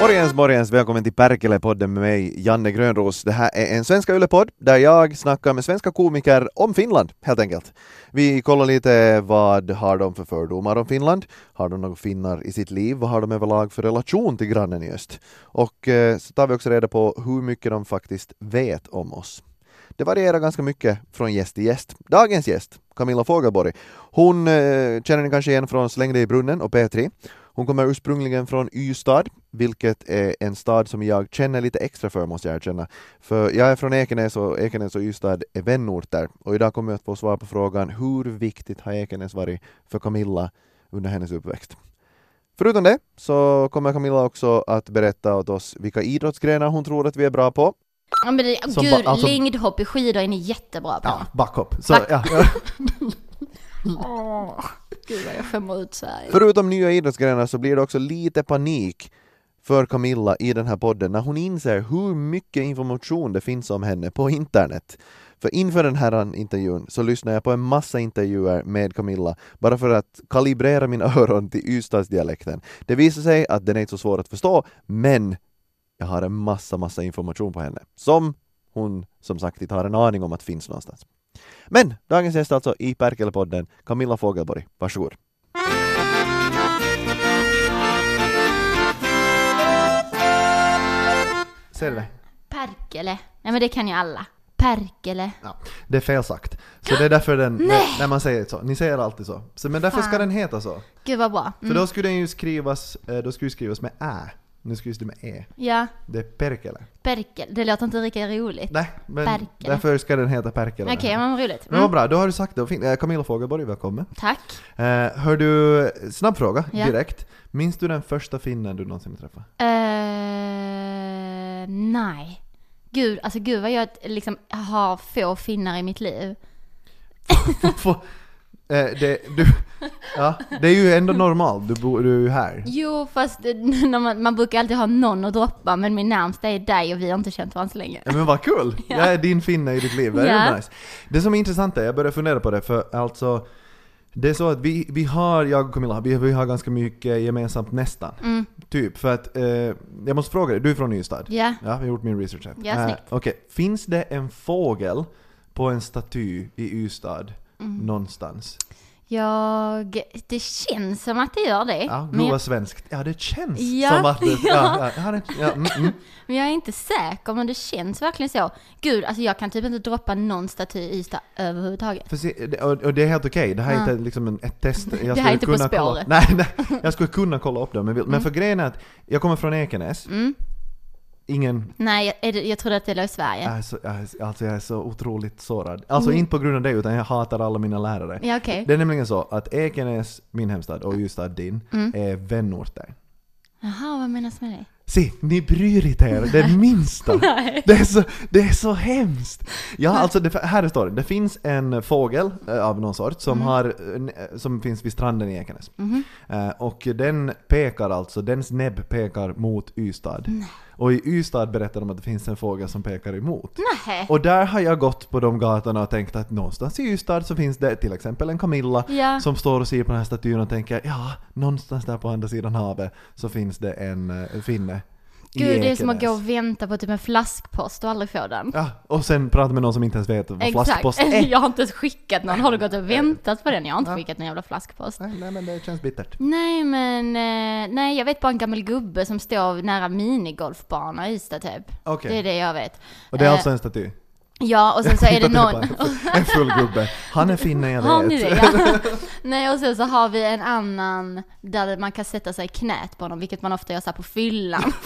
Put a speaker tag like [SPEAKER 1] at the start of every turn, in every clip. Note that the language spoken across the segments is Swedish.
[SPEAKER 1] Morgens, morgens, välkommen till Perkele-podden med mig, Janne Grönros. Det här är en Svenska Yle-podd där jag snackar med svenska komiker om Finland, helt enkelt. Vi kollar lite vad har de för fördomar om Finland? Har de några finnar i sitt liv? Vad har de överlag för relation till grannen i öst? Och eh, så tar vi också reda på hur mycket de faktiskt vet om oss. Det varierar ganska mycket från gäst till gäst. Dagens gäst, Camilla Fogelborg, hon eh, känner ni kanske igen från Släng dig i brunnen och P3. Hon kommer ursprungligen från Ystad, vilket är en stad som jag känner lite extra för måste jag erkänna. För jag är från Ekenäs och Ekenäs och Ystad är vänorter och idag kommer jag att få svar på frågan hur viktigt har Ekenäs varit för Camilla under hennes uppväxt? Förutom det så kommer Camilla också att berätta åt oss vilka idrottsgrenar hon tror att vi är bra på.
[SPEAKER 2] Ja men det,
[SPEAKER 3] Som
[SPEAKER 2] gud,
[SPEAKER 3] ba- alltså-
[SPEAKER 2] längdhopp i skidor är ni jättebra på.
[SPEAKER 3] Ja, backhopp. Så,
[SPEAKER 2] Back-
[SPEAKER 3] ja.
[SPEAKER 2] Åh, gud vad jag skämmer ut Sverige.
[SPEAKER 1] Förutom nya idrottsgrenar så blir det också lite panik för Camilla i den här podden när hon inser hur mycket information det finns om henne på internet. För inför den här intervjun så lyssnade jag på en massa intervjuer med Camilla bara för att kalibrera mina öron till Ystadsdialekten. Det visar sig att den är inte så svår att förstå, men jag har en massa, massa information på henne som hon som sagt inte har en aning om att finns någonstans. Men dagens gäst alltså i Perkele-podden, Camilla Fogelborg. Varsågod.
[SPEAKER 3] Ser du det?
[SPEAKER 2] Perkele. Nej men det kan ju alla. Perkele.
[SPEAKER 3] Ja, det är fel sagt. Så det är därför den, när man säger så, ni säger alltid så. så men därför ska
[SPEAKER 2] Fan. Mm.
[SPEAKER 3] den heta så.
[SPEAKER 2] Gud vad bra.
[SPEAKER 3] För då skulle den ju skrivas, eh, då skulle det skrivas med ä. Nu skrivs det med e.
[SPEAKER 2] Ja,
[SPEAKER 3] Det är perkele.
[SPEAKER 2] perkele. Det låter inte lika roligt.
[SPEAKER 3] Nej, men
[SPEAKER 2] Perkele.
[SPEAKER 3] därför ska den heta perkele. den
[SPEAKER 2] Okej,
[SPEAKER 3] här.
[SPEAKER 2] men vad roligt.
[SPEAKER 3] Men vad
[SPEAKER 2] Mm.
[SPEAKER 3] bra, då har du sagt det. Fint. Eh, Camilla Fogelborg, välkommen.
[SPEAKER 2] Tack.
[SPEAKER 3] Eh, hör du, eh, snabb fråga
[SPEAKER 2] Ja.
[SPEAKER 3] direkt. Minns du den första finnen du någonsin träffade?
[SPEAKER 2] Eh, nej. Gud, alltså gud vad jag liksom har få finnar i mitt liv.
[SPEAKER 3] Få- eh, det, du, ja, det är ju ändå normalt, du, bor, du är ju här.
[SPEAKER 2] Jo, fast eh, när man, man brukar alltid ha någon att droppa, men min närmsta är dig och vi har inte känt varandra så länge.
[SPEAKER 3] Ja, men vad kul! Jag är din finne i ditt liv, det är
[SPEAKER 2] Ja.
[SPEAKER 3] ju nice. Det som är intressant är, jag började fundera på det, för alltså det är så att vi, vi har, jag och Camilla, vi, vi har ganska mycket gemensamt nästan.
[SPEAKER 2] Mm,
[SPEAKER 3] Typ, för att eh, jag måste fråga dig, du är från Ystad?
[SPEAKER 2] Ja.
[SPEAKER 3] Ja, jag har gjort min research här. Eh,
[SPEAKER 2] Ja, snyggt.
[SPEAKER 3] Okej, finns det en fågel på en staty i Ystad
[SPEAKER 2] Mm.
[SPEAKER 3] någonstans?
[SPEAKER 2] Jag... Det känns som att det gör det.
[SPEAKER 3] Ja,
[SPEAKER 2] Eh, men,
[SPEAKER 3] gud
[SPEAKER 2] jag,
[SPEAKER 3] vad svenskt. Ja, det känns
[SPEAKER 2] Ja,
[SPEAKER 3] som att det... Ja,
[SPEAKER 2] ja.
[SPEAKER 3] ja, ja, det- ja, mm, mm.
[SPEAKER 2] men jag är inte säker, men det känns verkligen så. Gud, alltså jag kan typ inte droppa någon staty i Ystad överhuvudtaget.
[SPEAKER 3] För se, det- och och det är helt okej, det här är
[SPEAKER 2] Ja.
[SPEAKER 3] inte liksom en, ett test. Jag skulle
[SPEAKER 2] här är inte På
[SPEAKER 3] kunna kolla,
[SPEAKER 2] spåret. Mm.
[SPEAKER 3] nej, nej, jag skulle kunna kolla upp det om jag vill. Men för grejen är att jag kommer från Ekenäs. Ingen...
[SPEAKER 2] Nej, jag, är det- jag trodde att det låg i Sverige.
[SPEAKER 3] Jag är så, jag är, alltså jag är så otroligt sårad. Alltså inte på grund av det, utan jag hatar alla mina lärare.
[SPEAKER 2] Mm. Ja, okej.
[SPEAKER 3] Det är nämligen så att Ekenäs, min hemstad, och Ystad, din,
[SPEAKER 2] Mm.
[SPEAKER 3] är vänorter.
[SPEAKER 2] Jaha, vad menas med det?
[SPEAKER 3] Se, ni bryr inte er det minsta. Det, är så, det är så hemskt. Ja, alltså det, här står det. Det finns en fågel eh, av någon sort som, har, eh, n- eh, som finns vid stranden i Ekenäs. Eh, Och den pekar alltså, dens näbb pekar mot Ystad. Och i Ystad berättar de att det finns en fågel som pekar emot.
[SPEAKER 2] Nej.
[SPEAKER 3] Och där har jag gått på de gatorna och tänkt att någonstans i Ystad så finns det till exempel en Camilla
[SPEAKER 2] Ja.
[SPEAKER 3] som står och ser på den här statyn och tänker ja, någonstans där på andra sidan havet så finns det en eh, finne. i
[SPEAKER 2] Gud, det är som att gå
[SPEAKER 3] Ekenäs.
[SPEAKER 2] och vänta på typ en flaskpost och aldrig få den.
[SPEAKER 3] Ja, och sen prata med någon som inte ens vet vad flaskpost är.
[SPEAKER 2] jag har inte ens skickat någon. Har du gått och väntat på den? Jag har inte skickat någon jävla flaskpost.
[SPEAKER 3] Nej, nej, men det känns bittert.
[SPEAKER 2] Nej men, eh, nej jag vet bara en gammal gubbe som står nära minigolfbana i Ystad typ.
[SPEAKER 3] Okej.
[SPEAKER 2] Det är det jag vet.
[SPEAKER 3] Och det är
[SPEAKER 2] Eh,
[SPEAKER 3] alltså en staty?
[SPEAKER 2] Ja och sen så är det
[SPEAKER 3] Hittade
[SPEAKER 2] någon...
[SPEAKER 3] bara en- En full gubbe. Han är finne, jag vet.
[SPEAKER 2] Har ni det? Ja. Nej och sen så har vi en annan där man kan sätta sig i knät på honom, vilket man ofta gör så här på fyllan.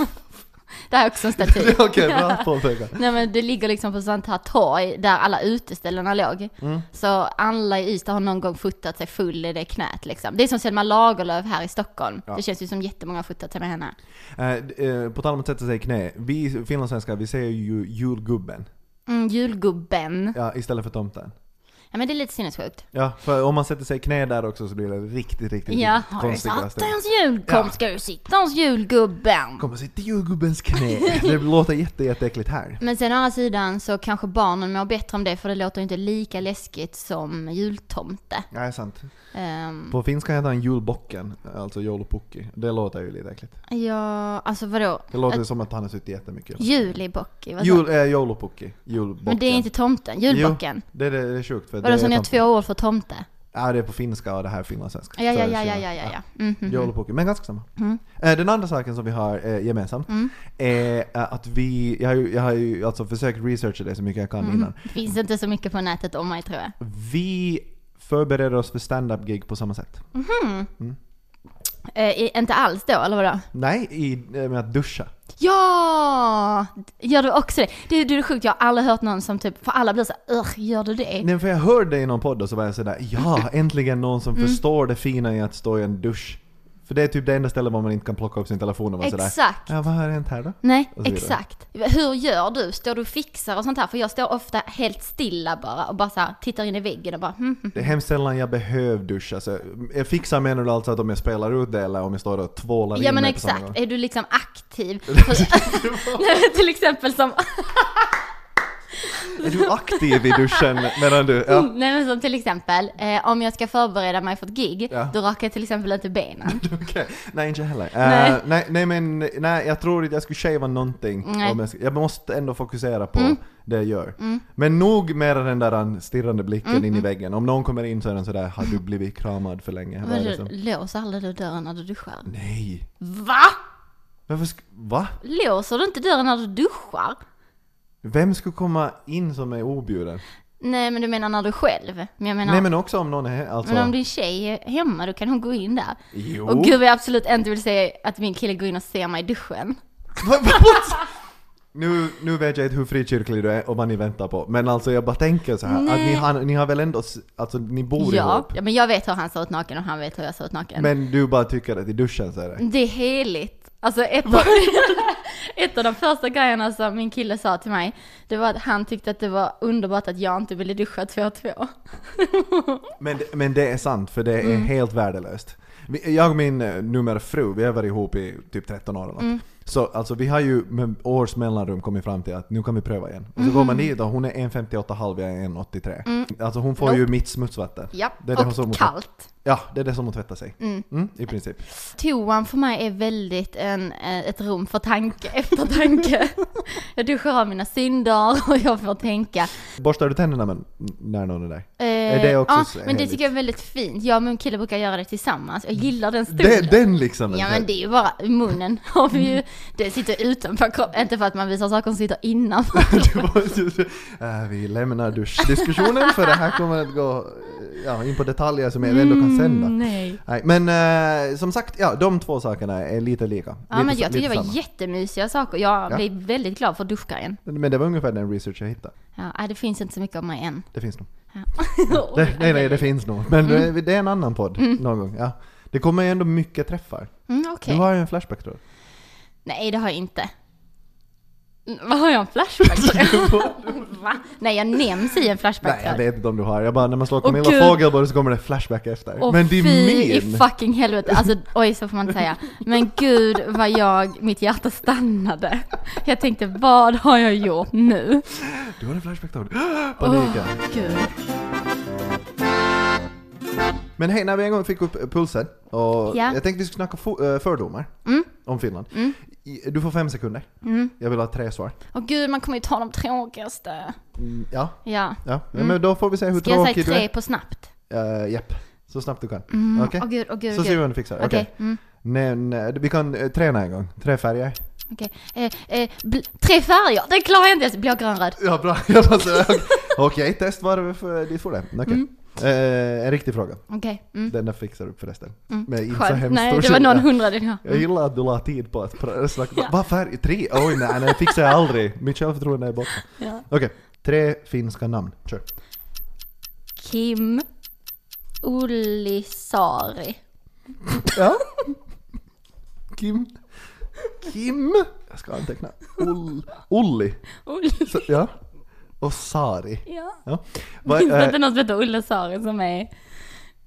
[SPEAKER 2] det här är också en staty.
[SPEAKER 3] Okej, bra påpekat.
[SPEAKER 2] Nej men det ligger liksom på sånt här torg där alla uteställena låg.
[SPEAKER 3] Mm.
[SPEAKER 2] Så alla i Ystad har någon gång fotat sig full i det knät liksom. Det är som Selma Lagerlöf här i Stockholm. Det känns ju som jättemånga har fotat sig med henne.
[SPEAKER 3] Eh, d- eh, på tal om att sätta sig i knä. Vi finlandssvenskar, vi säger ju julgubben.
[SPEAKER 2] Mm, julgubben.
[SPEAKER 3] Ja, istället för tomten.
[SPEAKER 2] Ja men det är lite sinnessjukt.
[SPEAKER 3] Ja, för om man sätter sig i knä där också så blir det riktigt, riktigt
[SPEAKER 2] Ja, har du
[SPEAKER 3] konstiga
[SPEAKER 2] satt
[SPEAKER 3] stämningar.
[SPEAKER 2] hans jul? Kom
[SPEAKER 3] Ja.
[SPEAKER 2] ska du sitta hos julgubben.
[SPEAKER 3] Kommer sitta i jordgubbens knä. Det låter jätte, jätteäckligt här.
[SPEAKER 2] Men sen å andra sidan så kanske barnen mår bättre om det för det låter ju inte lika läskigt som jultomte.
[SPEAKER 3] Nej, sant.
[SPEAKER 2] Ehm,
[SPEAKER 3] På finska heter han julbocken, alltså joulupukki. Det låter ju lite äckligt.
[SPEAKER 2] ja, alltså vadå?
[SPEAKER 3] Det låter som att han har suttit jättemycket.
[SPEAKER 2] Julibocki, vad sa
[SPEAKER 3] Jul, äh, joulupukki. Julbocken.
[SPEAKER 2] Men det är inte tomten, julbocken.
[SPEAKER 3] Jo, det, är det, det är sjukt. För
[SPEAKER 2] Vadå,
[SPEAKER 3] det
[SPEAKER 2] så
[SPEAKER 3] är
[SPEAKER 2] ni har
[SPEAKER 3] tomten.
[SPEAKER 2] två ord för tomte?
[SPEAKER 3] Ja, det är på finska och det här är finlandssvenska.
[SPEAKER 2] Ja, ja,
[SPEAKER 3] Så är det
[SPEAKER 2] ja, ja,
[SPEAKER 3] skillnad.
[SPEAKER 2] ja, ja, ja. Mm, mm, mm.
[SPEAKER 3] Joulupukki, men ganska samma. Eh, Den andra saken som vi har eh, gemensamt
[SPEAKER 2] Mm.
[SPEAKER 3] är eh, att vi, jag har ju, jag har ju alltså försökt researcha det så mycket jag kan innan.
[SPEAKER 2] Det finns inte så mycket på nätet om mig tror jag.
[SPEAKER 3] Vi förbereder oss för stand-up-gig på samma sätt.
[SPEAKER 2] Eh, i- inte alls då, eller vadå?
[SPEAKER 3] Nej, i, eh, med att duscha.
[SPEAKER 2] Ja! Gör du också det? Det, är- det är sjukt, jag har aldrig hört någon som typ, för alla blir så här, "Ugh, gör du det?
[SPEAKER 3] Nej, för jag hörde det i någon podd och så var jag sådär ja, äntligen någon som
[SPEAKER 2] Mm.
[SPEAKER 3] förstår det fina i att stå i en dusch. För det är typ det enda stället var man inte kan plocka upp sin telefon och vara sådär
[SPEAKER 2] Exakt.
[SPEAKER 3] ja, vad har hänt här då?
[SPEAKER 2] Nej,
[SPEAKER 3] Och så vidare.
[SPEAKER 2] exakt. Hur gör du? Står du och fixar och sånt här? För jag står ofta helt stilla bara och bara så här, tittar in i väggen och bara hmm, hmm.
[SPEAKER 3] Det är hemskt sällan jag behöver duscha. Så jag fixar menar du alltså att om jag spelar ut det eller om jag står och tvålar
[SPEAKER 2] Ja
[SPEAKER 3] in
[SPEAKER 2] men
[SPEAKER 3] mig på samma gång?
[SPEAKER 2] exakt, är du liksom aktiv? För- Nej, men till exempel som,
[SPEAKER 3] Är du aktiv i duschen medan du... Ja.
[SPEAKER 2] nej, men som till exempel, eh, om jag ska förbereda mig för ett gig,
[SPEAKER 3] Ja.
[SPEAKER 2] då rakar jag till exempel inte benen.
[SPEAKER 3] Okej. Nej, inte jag heller.
[SPEAKER 2] Nej.
[SPEAKER 3] Nej. nej, nej men nej, jag tror inte jag skulle shava någonting.
[SPEAKER 2] Nej. Mm.
[SPEAKER 3] Om jag, ska- jag måste ändå fokusera på det jag gör. Men nog med den där stirrande blicken
[SPEAKER 2] Mm,
[SPEAKER 3] in i väggen. Om någon kommer in så är den sådär, har du blivit kramad för länge? Vad är
[SPEAKER 2] Men
[SPEAKER 3] det
[SPEAKER 2] du,
[SPEAKER 3] som?
[SPEAKER 2] låser aldrig du dörren när du duschar?
[SPEAKER 3] Nej.
[SPEAKER 2] Va?
[SPEAKER 3] Varför sk- va?
[SPEAKER 2] Låser du inte dörren när du duschar?
[SPEAKER 3] Vem skulle komma in som är objuden?
[SPEAKER 2] Nej men du menar när du är själv? Men jag menar,
[SPEAKER 3] Nej
[SPEAKER 2] men,
[SPEAKER 3] men också om någon är alltså...
[SPEAKER 2] om din tjej är hemma då kan hon gå in där.
[SPEAKER 3] Jo.
[SPEAKER 2] Och gud vad jag absolut inte vill säga att min kille går in och ser mig i duschen.
[SPEAKER 3] Vad- vad? Nu, nu vet jag inte hur frikyrklig du är och vad ni väntar på, men alltså jag bara tänker så här att ni har, ni har väl ändå, s- alltså ni bor
[SPEAKER 2] Ja,
[SPEAKER 3] ihop?
[SPEAKER 2] ja, men jag vet hur han ser ut naken och han vet hur jag ser ut naken.
[SPEAKER 3] Men du bara tycker att i duschen så är det?
[SPEAKER 2] Det är heligt. Alltså ett av, ett av de första grejerna som min kille sa till mig, det var att han tyckte att det var underbart att jag inte ville duscha två och två.
[SPEAKER 3] Men, men det är sant, för det är
[SPEAKER 2] Mm.
[SPEAKER 3] helt värdelöst. Vi- Jag och min eh, numera fru, vi har varit ihop i typ 13 år eller
[SPEAKER 2] Mm.
[SPEAKER 3] något. Så alltså vi har ju med års mellanrum kommit fram till att nu kan vi pröva igen. Och så går
[SPEAKER 2] Mm.
[SPEAKER 3] man dit och hon är 1,58 halv, jag är 1,83. Alltså hon får ju mitt smutsvatten.
[SPEAKER 2] Ja,
[SPEAKER 3] Det är det som
[SPEAKER 2] och
[SPEAKER 3] hon-
[SPEAKER 2] kallt.
[SPEAKER 3] Ja, det är det som hon tvättar sig. Mm, I princip.
[SPEAKER 2] Toan för mig är väldigt en, eh, ett rum för tanke, eftertanke. jag duschar av mina synder och jag får tänka.
[SPEAKER 3] Borstar du tänderna men, när någon är där?
[SPEAKER 2] Eh,
[SPEAKER 3] Är det också
[SPEAKER 2] ja,
[SPEAKER 3] så-
[SPEAKER 2] men det
[SPEAKER 3] heligt?
[SPEAKER 2] tycker jag är väldigt fint. Jag och min kille brukar göra det tillsammans. Jag gillar den stolen.
[SPEAKER 3] Mm. Det, den liksom?
[SPEAKER 2] Ja men det är ju bara i munnen har vi
[SPEAKER 3] Mm.
[SPEAKER 2] ju, det sitter utanför kroppen, inte för att man visar saker som sitter innanför.
[SPEAKER 3] Det var- Eh, Vi lämnar duschdiskussionen för det här kommer att gå eh, ja, in på detaljer som jag ändå
[SPEAKER 2] Mm.
[SPEAKER 3] kan sända.
[SPEAKER 2] nej.
[SPEAKER 3] Mm, Nej, men eh, som sagt, ja, de två sakerna är lite lika.
[SPEAKER 2] Ja
[SPEAKER 3] lite,
[SPEAKER 2] men jag
[SPEAKER 3] lite
[SPEAKER 2] tycker det var
[SPEAKER 3] samma.
[SPEAKER 2] jättemysiga saker, jag
[SPEAKER 3] Ja.
[SPEAKER 2] blev väldigt glad för duschgrejen.
[SPEAKER 3] Men det var ungefär den research jag hittade.
[SPEAKER 2] Ja, nej, det finns inte så mycket om mig än.
[SPEAKER 3] Det finns nog.
[SPEAKER 2] Oj, Mm.
[SPEAKER 3] Det, nej, nej, det finns nog. Men eh, det är en annan podd någon gång. Ja. Det kommer ju ändå mycket träffar.
[SPEAKER 2] Mm, okej.
[SPEAKER 3] Du har ju en flashback tror jag.
[SPEAKER 2] Nej det har jag inte. Mm, Vad har jag en flashback till? Va? Nej jag nämns i en flashback.
[SPEAKER 3] Nej, jag
[SPEAKER 2] tror
[SPEAKER 3] vet inte om du har. Jag bara, när man slår
[SPEAKER 2] Åh,
[SPEAKER 3] Camilla
[SPEAKER 2] gud.
[SPEAKER 3] Fogelborg så kommer det flashback efter.
[SPEAKER 2] Åh,
[SPEAKER 3] men det är
[SPEAKER 2] fy
[SPEAKER 3] min!
[SPEAKER 2] i fucking helvete. Alltså oj så får man inte säga. Men gud vad jag, mitt hjärta stannade. Jag tänkte vad har jag gjort nu?
[SPEAKER 3] Du har en flashback Tord. Paniken.
[SPEAKER 2] Gud.
[SPEAKER 3] Men hej, när vi en gång fick upp eh, pulsen och
[SPEAKER 2] Ja.
[SPEAKER 3] jag tänkte vi skulle snacka fo- eh, fördomar
[SPEAKER 2] Mm,
[SPEAKER 3] om Finland. I- Du får fem sekunder. Jag vill ha tre svar.
[SPEAKER 2] Åh gud man kommer ju ta de tråkigaste.
[SPEAKER 3] Mm, Ja,
[SPEAKER 2] Ja.
[SPEAKER 3] ja. men då får vi se hur
[SPEAKER 2] Ska jag säga
[SPEAKER 3] tråkig du
[SPEAKER 2] tre
[SPEAKER 3] är.
[SPEAKER 2] på snabbt?
[SPEAKER 3] Uh, japp, så snabbt du kan.
[SPEAKER 2] Mm.
[SPEAKER 3] Okej?
[SPEAKER 2] Åh gud, åh gud,
[SPEAKER 3] Så
[SPEAKER 2] åh
[SPEAKER 3] ser vi
[SPEAKER 2] gud.
[SPEAKER 3] om du fixar det.
[SPEAKER 2] Okej.
[SPEAKER 3] Okej.
[SPEAKER 2] Mm.
[SPEAKER 3] Men, eh, Vi kan eh, träna en gång. Tre färger.
[SPEAKER 2] Okej. Eh, eh, bl- tre färger, det klarar jag inte ens. Blå, grön, röd.
[SPEAKER 3] Ja, bra. Jag bara så- Okej, test var för du får det. Okej. Eh, en riktig fråga.
[SPEAKER 2] Okej. Mm.
[SPEAKER 3] Den där fixar upp förresten. Men inte så
[SPEAKER 2] Skönt.
[SPEAKER 3] hemskt
[SPEAKER 2] Nej,
[SPEAKER 3] stor
[SPEAKER 2] det var
[SPEAKER 3] skillnad.
[SPEAKER 2] någon hundrade. Ja.
[SPEAKER 3] Jag gillar att du la tid på att pr- snacka. Ja. Vad färg? Tre? Oj nej, nej, fixar jag aldrig. Mitt självförtroende är borta.
[SPEAKER 2] Ja.
[SPEAKER 3] Okej, tre finska namn. Kör.
[SPEAKER 2] Kim Olisari.
[SPEAKER 3] Ja. Kim. Kim. Jag ska anteckna. Ol- Olli.
[SPEAKER 2] Oli.
[SPEAKER 3] Så, ja. och Sari.
[SPEAKER 2] Ja.
[SPEAKER 3] Ja. Va-
[SPEAKER 2] Finns det
[SPEAKER 3] eh,
[SPEAKER 2] inte något som heter Olle Sari som är...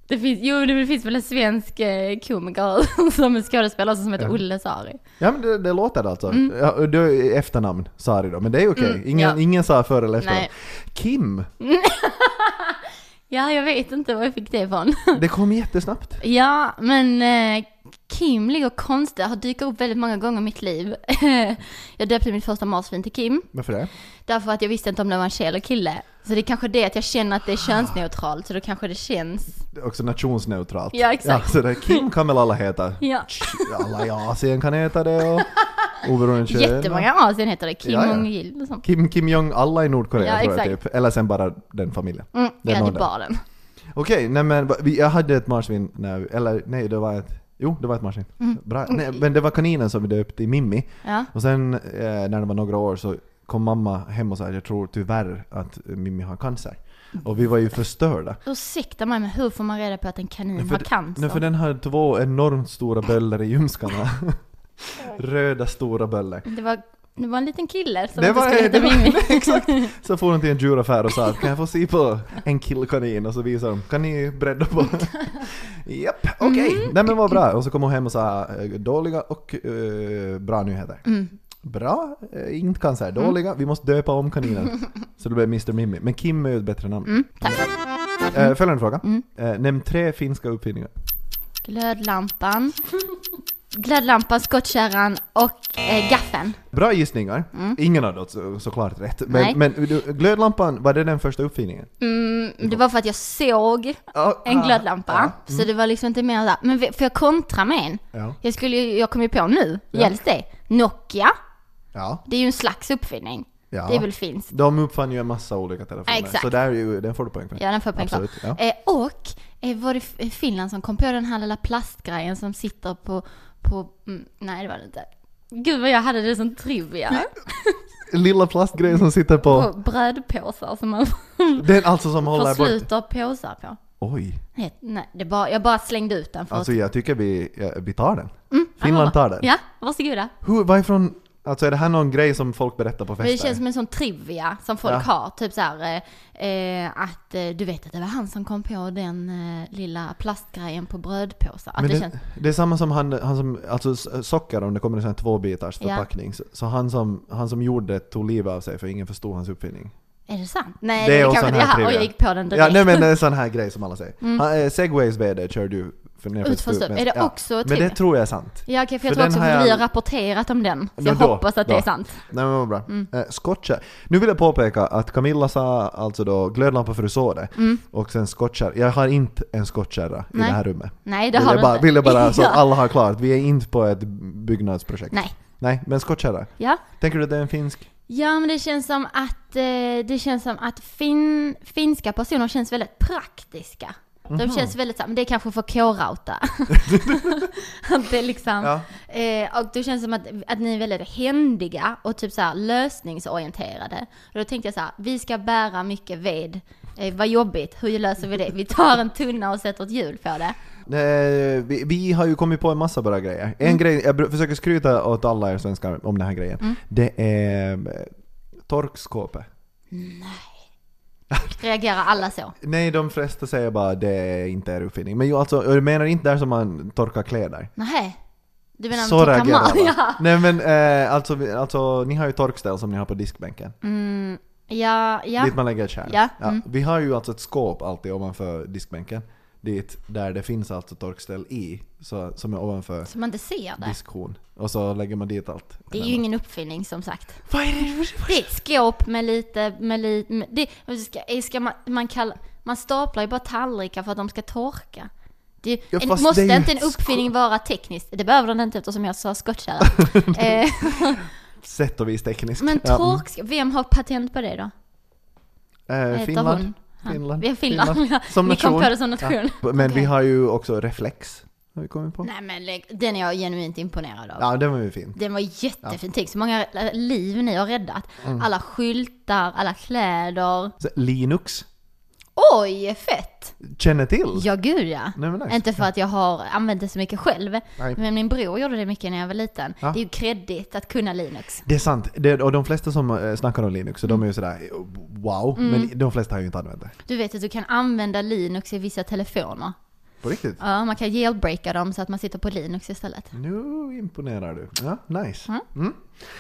[SPEAKER 2] Det finns, jo, det finns väl en svensk eh, komiker som är skådespelare också som heter Olle Sari.
[SPEAKER 3] Ja men det, det låter det alltså. Ja, och då är efternamn Sari då, men det är okej.
[SPEAKER 2] Mm,
[SPEAKER 3] ingen,
[SPEAKER 2] ja.
[SPEAKER 3] ingen sa före eller efternamn.
[SPEAKER 2] Nej.
[SPEAKER 3] Kim,
[SPEAKER 2] Ja, jag vet inte var jag fick det ifrån.
[SPEAKER 3] det kom jättesnabbt.
[SPEAKER 2] Ja, men eh, Kim ligger konstigt, har dykt upp väldigt många gånger i mitt liv. jag döpte mitt första marsvin till Kim,
[SPEAKER 3] Varför det?
[SPEAKER 2] därför att jag visste inte om det var en tjej eller kille. Så det är kanske det att jag känner att det är
[SPEAKER 3] Ah.
[SPEAKER 2] könsneutralt, så då kanske det känns.
[SPEAKER 3] Det är också nationsneutralt.
[SPEAKER 2] Ja, exakt.
[SPEAKER 3] så det, Kim kan väl alla heta?
[SPEAKER 2] Ja.
[SPEAKER 3] Alla i Asien kan heta det och oberoende kön.
[SPEAKER 2] Jättemånga Asien heter det, Kim
[SPEAKER 3] Ja, ja.
[SPEAKER 2] Jong-Il och sånt.
[SPEAKER 3] Kim, Kim Jong, alla i Nordkorea
[SPEAKER 2] Ja,
[SPEAKER 3] tror jag
[SPEAKER 2] exakt.
[SPEAKER 3] typ. Eller sen bara den familjen.
[SPEAKER 2] Mm,
[SPEAKER 3] Det är
[SPEAKER 2] ja, det är
[SPEAKER 3] någon där.
[SPEAKER 2] bara den.
[SPEAKER 3] Okej, nej men va- vi- jag hade ett marsvin när, eller nej det var ett, jo det var ett marsvin.
[SPEAKER 2] Mm.
[SPEAKER 3] Bra. Nej, men det var kaninen som vi döpte i Mimmi.
[SPEAKER 2] Ja.
[SPEAKER 3] Och sen eh, när det var några år så kom mamma hem och sa att jag tror tyvärr att Mimmi har cancer. Och vi var ju förstörda.
[SPEAKER 2] Ursäkta mig, men hur får man reda på att en kanin har cancer?
[SPEAKER 3] nej, för den hade två enormt stora böller i ljumskarna. Röda stora böller.
[SPEAKER 2] det, var, det var en liten kille som
[SPEAKER 3] Det
[SPEAKER 2] inte
[SPEAKER 3] var-
[SPEAKER 2] skulle heta
[SPEAKER 3] det var-
[SPEAKER 2] Mimmi.
[SPEAKER 3] Exakt! Så får hon till en djuraffär och sa att kan jag få se på en killkanin? Och så visar de, kan ni bredda på? Japp, okej!
[SPEAKER 2] Mm.
[SPEAKER 3] Nej men vad bra! Och så kom hon hem och sa eh, dåliga och eh, bra nyheter.
[SPEAKER 2] Mm,
[SPEAKER 3] Bra, eh, inte cancer. Dåliga, vi måste döpa om kaninen. Så det blev Mr Mimmi. Men Kim är ju ett bättre namn.
[SPEAKER 2] mm, tack. Mm.
[SPEAKER 3] Eh, följande fråga. Eh, nämn tre finska uppfinningar.
[SPEAKER 2] Glödlampan. Glödlampan, skottkärran och eh, gaffeln.
[SPEAKER 3] Bra gissningar. Ingen av dem så, såklart rätt.
[SPEAKER 2] Mm. Nej.
[SPEAKER 3] Men, men du, glödlampan, var det den första uppfinningen?
[SPEAKER 2] Mm, det var för att jag såg
[SPEAKER 3] Ja,
[SPEAKER 2] en
[SPEAKER 3] ah,
[SPEAKER 2] glödlampa.
[SPEAKER 3] ah.
[SPEAKER 2] Så det var liksom inte mer där. Men vi- får jag kontra med en?
[SPEAKER 3] Ja.
[SPEAKER 2] Jag, skulle, ju- jag kom ju på nu, gälls det? Nokia,
[SPEAKER 3] Ja.
[SPEAKER 2] det är ju en slags uppfinning.
[SPEAKER 3] ja.
[SPEAKER 2] Det är väl finskt?
[SPEAKER 3] De uppfann ju en massa olika telefoner.
[SPEAKER 2] Exakt.
[SPEAKER 3] Så där är ju, den får du poäng för.
[SPEAKER 2] Ja, den får jag poäng för.
[SPEAKER 3] Absolut, ja.
[SPEAKER 2] Eh, och eh, var det F- Finland som kom på den här lilla plastgrejen som sitter på... på mm, nej, det var det inte. Gud vad jag hade det som trivia.
[SPEAKER 3] Lilla plastgrejen som sitter
[SPEAKER 2] På
[SPEAKER 3] på...
[SPEAKER 2] brödpåsar som man
[SPEAKER 3] Den alltså som håller bort...
[SPEAKER 2] försluter påsar på.
[SPEAKER 3] Oj.
[SPEAKER 2] Nej, Nej, det bara, jag bara slängde ut den för
[SPEAKER 3] Alltså
[SPEAKER 2] att...
[SPEAKER 3] jag tycker vi, ja, vi tar den. Finland tar den.
[SPEAKER 2] Mm, Ja, varsågoda.
[SPEAKER 3] Hur, varifrån... Alltså är det här någon grej som folk berättar på
[SPEAKER 2] Men
[SPEAKER 3] fester?
[SPEAKER 2] det känns som en sån trivia som folk
[SPEAKER 3] Ja.
[SPEAKER 2] har. Typ så här, eh, eh, att eh, du vet att det var han som kom på den eh, lilla plastgrejen på brödpåsar. Att
[SPEAKER 3] Men
[SPEAKER 2] det,
[SPEAKER 3] det,
[SPEAKER 2] känns...
[SPEAKER 3] det är samma som han, han som, alltså s- socker om det kommer en sån här tvåbitars
[SPEAKER 2] Ja.
[SPEAKER 3] förpackning. Så, så han, som, han som gjorde det tog livet av sig för ingen förstod hans uppfinning.
[SPEAKER 2] Är det sant? Nej,
[SPEAKER 3] Det
[SPEAKER 2] det,
[SPEAKER 3] är
[SPEAKER 2] är
[SPEAKER 3] också
[SPEAKER 2] kanske
[SPEAKER 3] en
[SPEAKER 2] inte jag
[SPEAKER 3] här
[SPEAKER 2] har. Och
[SPEAKER 3] trivia.
[SPEAKER 2] jag gick på den direkt. Mm.
[SPEAKER 3] Ja, nej men det är en sån här grej som alla säger. Han, eh, Segways VD körde ju för nerför
[SPEAKER 2] Utför stup. Är det
[SPEAKER 3] Ja.
[SPEAKER 2] också
[SPEAKER 3] Men det
[SPEAKER 2] trivia?
[SPEAKER 3] tror jag är sant.
[SPEAKER 2] Ja, okej, för jag
[SPEAKER 3] För
[SPEAKER 2] tror
[SPEAKER 3] den
[SPEAKER 2] också
[SPEAKER 3] har
[SPEAKER 2] att vi
[SPEAKER 3] jag-
[SPEAKER 2] har rapporterat om den. Så
[SPEAKER 3] Ja,
[SPEAKER 2] jag
[SPEAKER 3] då,
[SPEAKER 2] hoppas att det
[SPEAKER 3] då.
[SPEAKER 2] är sant.
[SPEAKER 3] Nej men vad bra.
[SPEAKER 2] Mm.
[SPEAKER 3] Eh, skottkärr. Nu vill jag påpeka att Camilla sa alltså då glödlampa för du såg det. Och sen skottkärra. Jag har inte en skottkärra i det
[SPEAKER 2] Mm. Nej.
[SPEAKER 3] här rummet.
[SPEAKER 2] Nej, det
[SPEAKER 3] vill
[SPEAKER 2] har
[SPEAKER 3] jag
[SPEAKER 2] du
[SPEAKER 3] bara,
[SPEAKER 2] inte.
[SPEAKER 3] Vill jag bara alltså så
[SPEAKER 2] Ja.
[SPEAKER 3] att alla har klart. Vi är inte på ett byggnadsprojekt.
[SPEAKER 2] Nej.
[SPEAKER 3] Nej, men skottkärra.
[SPEAKER 2] Ja.
[SPEAKER 3] Tänker du att det är en finsk?
[SPEAKER 2] Ja, men det känns som att, eh, det känns som att fin, finska personer känns väldigt praktiska. De känns väldigt såhär, men det är kanske för K-rauta. Att det är liksom, eh, och det känns som att, att ni är väldigt händiga och typ såhär lösningsorienterade. Och då tänkte jag såhär, vi ska bära mycket ved. Eh, vad jobbigt, hur löser vi det? Vi tar en tunna och sätter ett hjul på det.
[SPEAKER 3] Eh, vi, vi har ju kommit på en massa bra grejer. En
[SPEAKER 2] Mm.
[SPEAKER 3] grej, jag br- försöker skryta åt alla er svenskar om den här grejen. Det är eh, torkskåpet.
[SPEAKER 2] Reagerar alla så?
[SPEAKER 3] Nej, de flesta säger bara det är inte er uppfinning. Men ju, alltså, jag menar inte där som man torkar kläder.
[SPEAKER 2] Nej. Du menar
[SPEAKER 3] Så
[SPEAKER 2] med
[SPEAKER 3] reagerar alla.
[SPEAKER 2] Tikkamal? Ja.
[SPEAKER 3] Nej men eh, alltså, vi- alltså, ni har ju torkställ som ni har på diskbänken.
[SPEAKER 2] Ja, ja.
[SPEAKER 3] Dit man lägger ett kärl.
[SPEAKER 2] Ja, mm.
[SPEAKER 3] Vi har ju alltså ett skåp alltid ovanför diskbänken. Dit, där det finns alltså torkställ i, så, som är ovanför
[SPEAKER 2] Så man inte ser det.
[SPEAKER 3] diskhon. Och så lägger man dit allt.
[SPEAKER 2] Det är ju ingen uppfinning som sagt.
[SPEAKER 3] Vad är det för-
[SPEAKER 2] Det är ett skåp med lite, med lite, med, det, ska, ska man, man kalla, man staplar ju bara tallrikar för att de ska torka. Det,
[SPEAKER 3] Ja,
[SPEAKER 2] en,
[SPEAKER 3] fast
[SPEAKER 2] måste
[SPEAKER 3] det är ju
[SPEAKER 2] inte en
[SPEAKER 3] ett skåp.
[SPEAKER 2] uppfinning vara tekniskt? Det behöver den inte eftersom jag sa skottkärra. eh,
[SPEAKER 3] Sätt och vis tekniskt.
[SPEAKER 2] men
[SPEAKER 3] Ja, mm.
[SPEAKER 2] tork, vem har patent på det då?
[SPEAKER 3] Eh,
[SPEAKER 2] Heter
[SPEAKER 3] Finland.
[SPEAKER 2] hon? Han.
[SPEAKER 3] Finland.
[SPEAKER 2] Vi har Finland.
[SPEAKER 3] Som
[SPEAKER 2] Ni kom
[SPEAKER 3] nation.
[SPEAKER 2] på det som nation.
[SPEAKER 3] Ja. Men
[SPEAKER 2] Okej.
[SPEAKER 3] vi har ju också reflex. Har vi kommit på.
[SPEAKER 2] Nej men lägg- den är jag genuint imponerad av.
[SPEAKER 3] Ja, den var ju fin.
[SPEAKER 2] Den var jättefin. Tänk så många
[SPEAKER 3] Mm.
[SPEAKER 2] liv ni har räddat. Alla skyltar, alla kläder.
[SPEAKER 3] Så Linux.
[SPEAKER 2] Oj, fett!
[SPEAKER 3] Känner till?
[SPEAKER 2] Ja, gud ja.
[SPEAKER 3] Nej, men nice.
[SPEAKER 2] Inte för att jag har använt det så mycket själv,
[SPEAKER 3] Nej.
[SPEAKER 2] men min bror gjorde det mycket när jag var liten.
[SPEAKER 3] Ja.
[SPEAKER 2] Det är ju kredit att kunna Linux.
[SPEAKER 3] Det är sant. Det, och de flesta som eh, snackar om Linux, så
[SPEAKER 2] Mm.
[SPEAKER 3] de är ju sådär wow, men de flesta har ju inte använt det.
[SPEAKER 2] Du vet att du kan använda Linux i vissa telefoner.
[SPEAKER 3] På riktigt?
[SPEAKER 2] Ja, man kan jailbreaka dem så att man sitter på Linux istället.
[SPEAKER 3] Nu imponerar du. Ja, nice.
[SPEAKER 2] Mm.
[SPEAKER 3] Mm.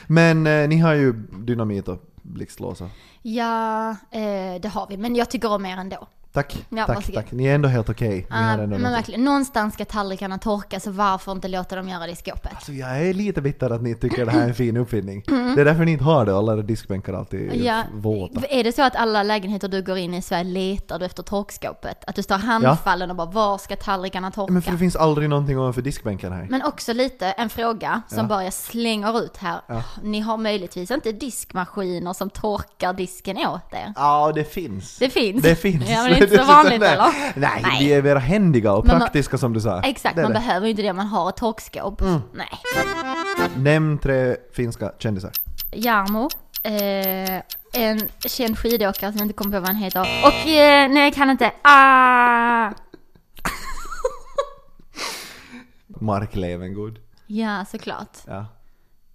[SPEAKER 3] Men eh, ni har ju dynamit och blixtlåsa.
[SPEAKER 2] Ja, eh, det har vi, men jag tycker om er ändå.
[SPEAKER 3] Tack,
[SPEAKER 2] Ja,
[SPEAKER 3] tack,
[SPEAKER 2] varsågod.
[SPEAKER 3] tack. Ni är ändå helt okej. Ni har
[SPEAKER 2] Ja,
[SPEAKER 3] ändå
[SPEAKER 2] men
[SPEAKER 3] något-
[SPEAKER 2] verkligen, någonstans ska tallrikarna torka, så varför inte låta dem göra det i skåpet?
[SPEAKER 3] Alltså jag är lite bitter att ni tycker det här är en fin uppfinning. Det är därför ni inte har det, alla era diskbänkar är alltid
[SPEAKER 2] Mm. Ja,
[SPEAKER 3] våta.
[SPEAKER 2] är det så att alla lägenheter du går in i i Sverige letar du efter torkskåpet? Att du står handfallen och bara var ska tallrikarna torka?
[SPEAKER 3] Men för det finns aldrig någonting ovanför diskbänken här.
[SPEAKER 2] Men också lite en fråga som
[SPEAKER 3] Ja.
[SPEAKER 2] bara jag slänger ut här. Ni har möjligtvis inte diskmaskiner som torkar disken åt er?
[SPEAKER 3] Ja, det finns.
[SPEAKER 2] Det finns.
[SPEAKER 3] Det finns.
[SPEAKER 2] Ja, men det är inte så
[SPEAKER 3] sådär-
[SPEAKER 2] vanligt eller?
[SPEAKER 3] Nej,
[SPEAKER 2] Nej.
[SPEAKER 3] vi är mer händiga och
[SPEAKER 2] Men man-
[SPEAKER 3] praktiska som du sa.
[SPEAKER 2] Exakt,
[SPEAKER 3] Det är
[SPEAKER 2] man
[SPEAKER 3] det. Mm.
[SPEAKER 2] behöver ju inte det om man har ett torkskåp. Nej.
[SPEAKER 3] Nämn tre finska kändisar.
[SPEAKER 2] Jarmo, eh, en känd skidåkare som jag inte kommer på vad han heter. Och eh, nej, jag kan inte. Ah!
[SPEAKER 3] Mark Levengood.
[SPEAKER 2] Ja, såklart.
[SPEAKER 3] Ja.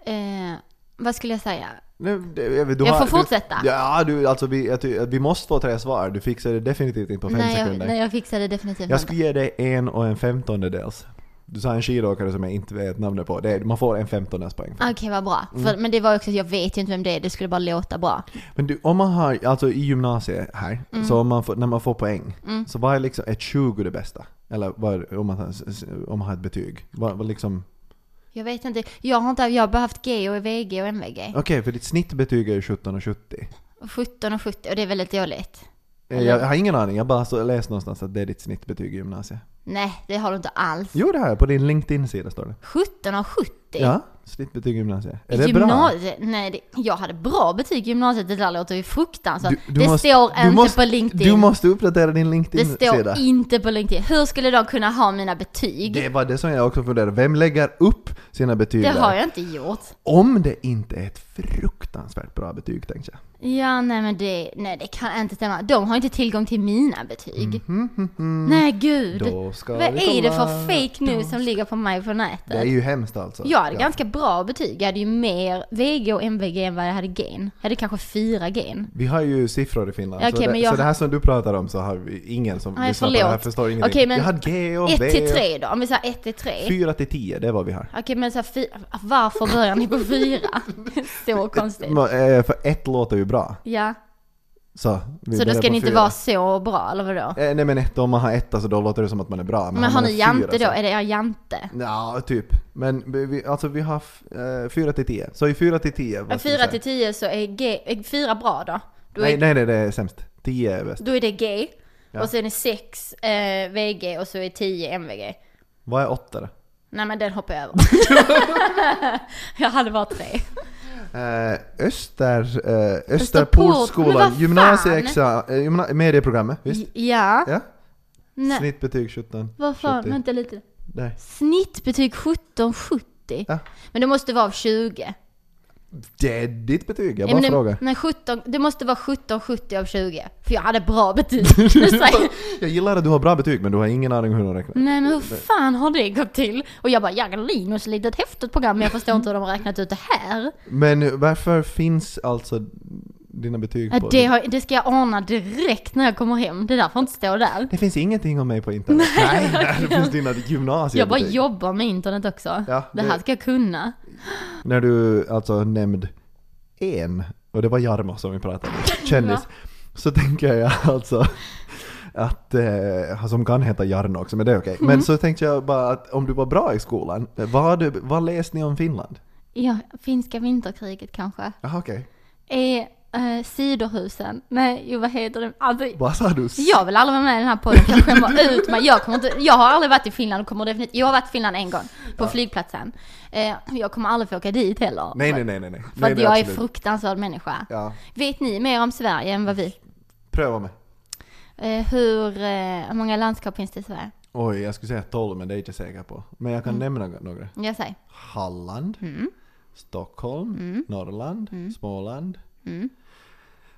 [SPEAKER 2] Eh, vad skulle jag säga?
[SPEAKER 3] Nu, det- jag vet, du
[SPEAKER 2] Jag
[SPEAKER 3] har-
[SPEAKER 2] får
[SPEAKER 3] du-
[SPEAKER 2] fortsätta?
[SPEAKER 3] Ja, du, alltså vi, jag ty- vi måste få tre svar. Du fixar det definitivt inte på fem
[SPEAKER 2] nej, jag,
[SPEAKER 3] sekunder.
[SPEAKER 2] nej, jag fixade det definitivt
[SPEAKER 3] Jag
[SPEAKER 2] inte.
[SPEAKER 3] skulle ge dig en och en femtondels. Du sa en skidåkare som jag inte vet namnet på. Det är, man får en femtondels poäng. för.
[SPEAKER 2] Okej, vad bra.
[SPEAKER 3] Mm.
[SPEAKER 2] För, men det var också, jag vet ju inte vem det är, det skulle bara låta bra.
[SPEAKER 3] Men du, om man har, alltså i gymnasiet här,
[SPEAKER 2] Mm.
[SPEAKER 3] så om man får, när man får poäng, så vad är liksom, är 20 det bästa? Eller vad, är- om, man, har- om man har ett betyg? Vad, vad liksom,
[SPEAKER 2] Jag vet inte, jag har inte, jag har bara haft G och VG och MVG.
[SPEAKER 3] Okej, för ditt snittbetyg är ju 17,70.
[SPEAKER 2] 17 och 70, och det är väldigt dåligt.
[SPEAKER 3] Eh, Jag har ingen aning, jag bara så- läst någonstans att det är ditt snittbetyg i gymnasiet.
[SPEAKER 2] Nej, det har du inte alls.
[SPEAKER 3] Jo det här, på din LinkedIn-sida står det.
[SPEAKER 2] 17 och 70?
[SPEAKER 3] Ja, snittbetyg i gymnasiet. Är det bra?
[SPEAKER 2] Gymnasie- Nej, det, jag hade bra betyg i gymnasiet. Det där låter ju fruktansvärt.
[SPEAKER 3] Du- du
[SPEAKER 2] det
[SPEAKER 3] måste-
[SPEAKER 2] står
[SPEAKER 3] du
[SPEAKER 2] inte
[SPEAKER 3] måste-
[SPEAKER 2] på LinkedIn.
[SPEAKER 3] Du måste uppdatera din
[SPEAKER 2] det står
[SPEAKER 3] LinkedIn-sida.
[SPEAKER 2] inte på LinkedIn. Hur skulle de kunna ha mina betyg? Det,
[SPEAKER 3] Det var det som jag också funderade Vem lägger upp sina betyg där?
[SPEAKER 2] har jag inte gjort.
[SPEAKER 3] Om det inte är ett fruktansvärt bra betyg tänkte jag.
[SPEAKER 2] Ja, nej men det, nej, det kan inte stämma. De har inte tillgång till mina betyg.
[SPEAKER 3] Mm.
[SPEAKER 2] Nej, gud.
[SPEAKER 3] Då ska
[SPEAKER 2] Vad
[SPEAKER 3] vi
[SPEAKER 2] är det
[SPEAKER 3] kolla.
[SPEAKER 2] för fake nu som ligger på mig på nätet?
[SPEAKER 3] Det är ju hemskt alltså.
[SPEAKER 2] Jag hade ganska bra betyg. Jag hade ju mer VG och MVG än vad jag hade gen. Jag hade kanske fyra gen.
[SPEAKER 3] Vi har ju siffror i Finland,
[SPEAKER 2] Okej,
[SPEAKER 3] så, det,
[SPEAKER 2] men jag-
[SPEAKER 3] så det här som du pratar om så har vi ingen som
[SPEAKER 2] Nej,
[SPEAKER 3] lyssnar på det här
[SPEAKER 2] förlåt.
[SPEAKER 3] förstår ingenting.
[SPEAKER 2] Okej, men
[SPEAKER 3] jag hade G och V.
[SPEAKER 2] Ett till tre då, om vi säger ett till tre.
[SPEAKER 3] 4 till 10, det är vad vi har.
[SPEAKER 2] Okej men så här, fy- varför börjar ni på fyra? så konstigt.
[SPEAKER 3] Men, eh, För ett låter ju bra.
[SPEAKER 2] Ja,
[SPEAKER 3] Så, vi
[SPEAKER 2] så då
[SPEAKER 3] börjar
[SPEAKER 2] ska
[SPEAKER 3] på
[SPEAKER 2] ni inte
[SPEAKER 3] fyra.
[SPEAKER 2] vara så bra eller vadå?
[SPEAKER 3] Eh, nej men ett, om man har etta så då låter det som att man är bra. Men,
[SPEAKER 2] Men har
[SPEAKER 3] man
[SPEAKER 2] ni jante
[SPEAKER 3] fyra,
[SPEAKER 2] då?
[SPEAKER 3] så-
[SPEAKER 2] Är det er jante?
[SPEAKER 3] Ja, typ. Men vi- vi, alltså vi har f- eh, 4 till 10. Så i 4 till 10, vad ska vi
[SPEAKER 2] Fyra
[SPEAKER 3] säga?
[SPEAKER 2] till tio så är G, är fyra bra då? Då
[SPEAKER 3] Nej,
[SPEAKER 2] är,
[SPEAKER 3] nej, nej, det är sämst. 10 är bäst.
[SPEAKER 2] då är det G.
[SPEAKER 3] Ja.
[SPEAKER 2] Och sen är sex eh, VG och så är tio MVG.
[SPEAKER 3] Vad är 8 då?
[SPEAKER 2] Nej men den hoppar jag över. jag hade bara tre.
[SPEAKER 3] Eh, Öster, eh,
[SPEAKER 2] men vad
[SPEAKER 3] Österportskolan,
[SPEAKER 2] fan?
[SPEAKER 3] gymnasieexamen, eh, gymna- medieprogrammet, visst?
[SPEAKER 2] Ja.
[SPEAKER 3] Ja?
[SPEAKER 2] Nej.
[SPEAKER 3] Snittbetyg 17.
[SPEAKER 2] Vad fan,
[SPEAKER 3] 70.
[SPEAKER 2] vänta lite.
[SPEAKER 3] Där.
[SPEAKER 2] Snittbetyg 1770.
[SPEAKER 3] Ja.
[SPEAKER 2] Men det måste vara av 20.
[SPEAKER 3] Det är ditt betyg, jag
[SPEAKER 2] Ja,
[SPEAKER 3] bara
[SPEAKER 2] men det-
[SPEAKER 3] frågar.
[SPEAKER 2] Nej, 17, det måste vara 1770 av 20. För jag hade bra betyg. Nu säger, Mm.
[SPEAKER 3] Jag gillar att du har bra betyg men du har ingen aning hur de räknar.
[SPEAKER 2] nej men hur fan har det gått till? Och jag bara, jag och Linus lite ett häftigt program men jag förstår inte hur de har räknat ut det här.
[SPEAKER 3] Men varför finns alltså dina betyg
[SPEAKER 2] Ja,
[SPEAKER 3] på
[SPEAKER 2] Det, har, det ska jag ana direkt när jag kommer hem. Det där får inte stå där.
[SPEAKER 3] Det finns ingenting om mig på internet. Nej, där finns dina
[SPEAKER 2] Jag bara
[SPEAKER 3] gymnasiebetyg.
[SPEAKER 2] jobbar med internet också.
[SPEAKER 3] Ja,
[SPEAKER 2] det
[SPEAKER 3] det-
[SPEAKER 2] här ska jag kunna.
[SPEAKER 3] När du alltså nämnde en, och det var Jarmo som vi pratade om, kändis, så tänker jag alltså att, eh, som kan heta Jarno också, men det är okej.
[SPEAKER 2] Mm.
[SPEAKER 3] Men så tänkte jag bara att om du var bra i skolan, vad, vad läste ni om Finland?
[SPEAKER 2] Ja, finska vinterkriget kanske.
[SPEAKER 3] Jaha okej.
[SPEAKER 2] Är eh, sidohusen? Nej, jo vad heter det? Alltså,
[SPEAKER 3] Vad sa du?
[SPEAKER 2] Jag vill aldrig vara med i den här podden, jag skämmer ut mig. Jag, kommer inte, jag har aldrig varit i Finland och kommer definitivt, jag har varit i Finland en gång, på flygplatsen. Eh, jag kommer aldrig få åka dit heller.
[SPEAKER 3] Nej, nej, nej, nej. nej.
[SPEAKER 2] För
[SPEAKER 3] nej
[SPEAKER 2] att
[SPEAKER 3] nej,
[SPEAKER 2] jag är
[SPEAKER 3] absolut.
[SPEAKER 2] fruktansvärd människa.
[SPEAKER 3] Ja,
[SPEAKER 2] Vet ni mer om Sverige än vad vi?
[SPEAKER 3] pröva mig.
[SPEAKER 2] Eh, hur, eh, hur många landskap finns det i Sverige?
[SPEAKER 3] Oj, jag skulle säga 12 men det är jag inte säker på. Men jag kan
[SPEAKER 2] Mm.
[SPEAKER 3] nämna några.
[SPEAKER 2] Jag säger. Mm. Mm.
[SPEAKER 3] Halland, Stockholm, Norrland, Småland,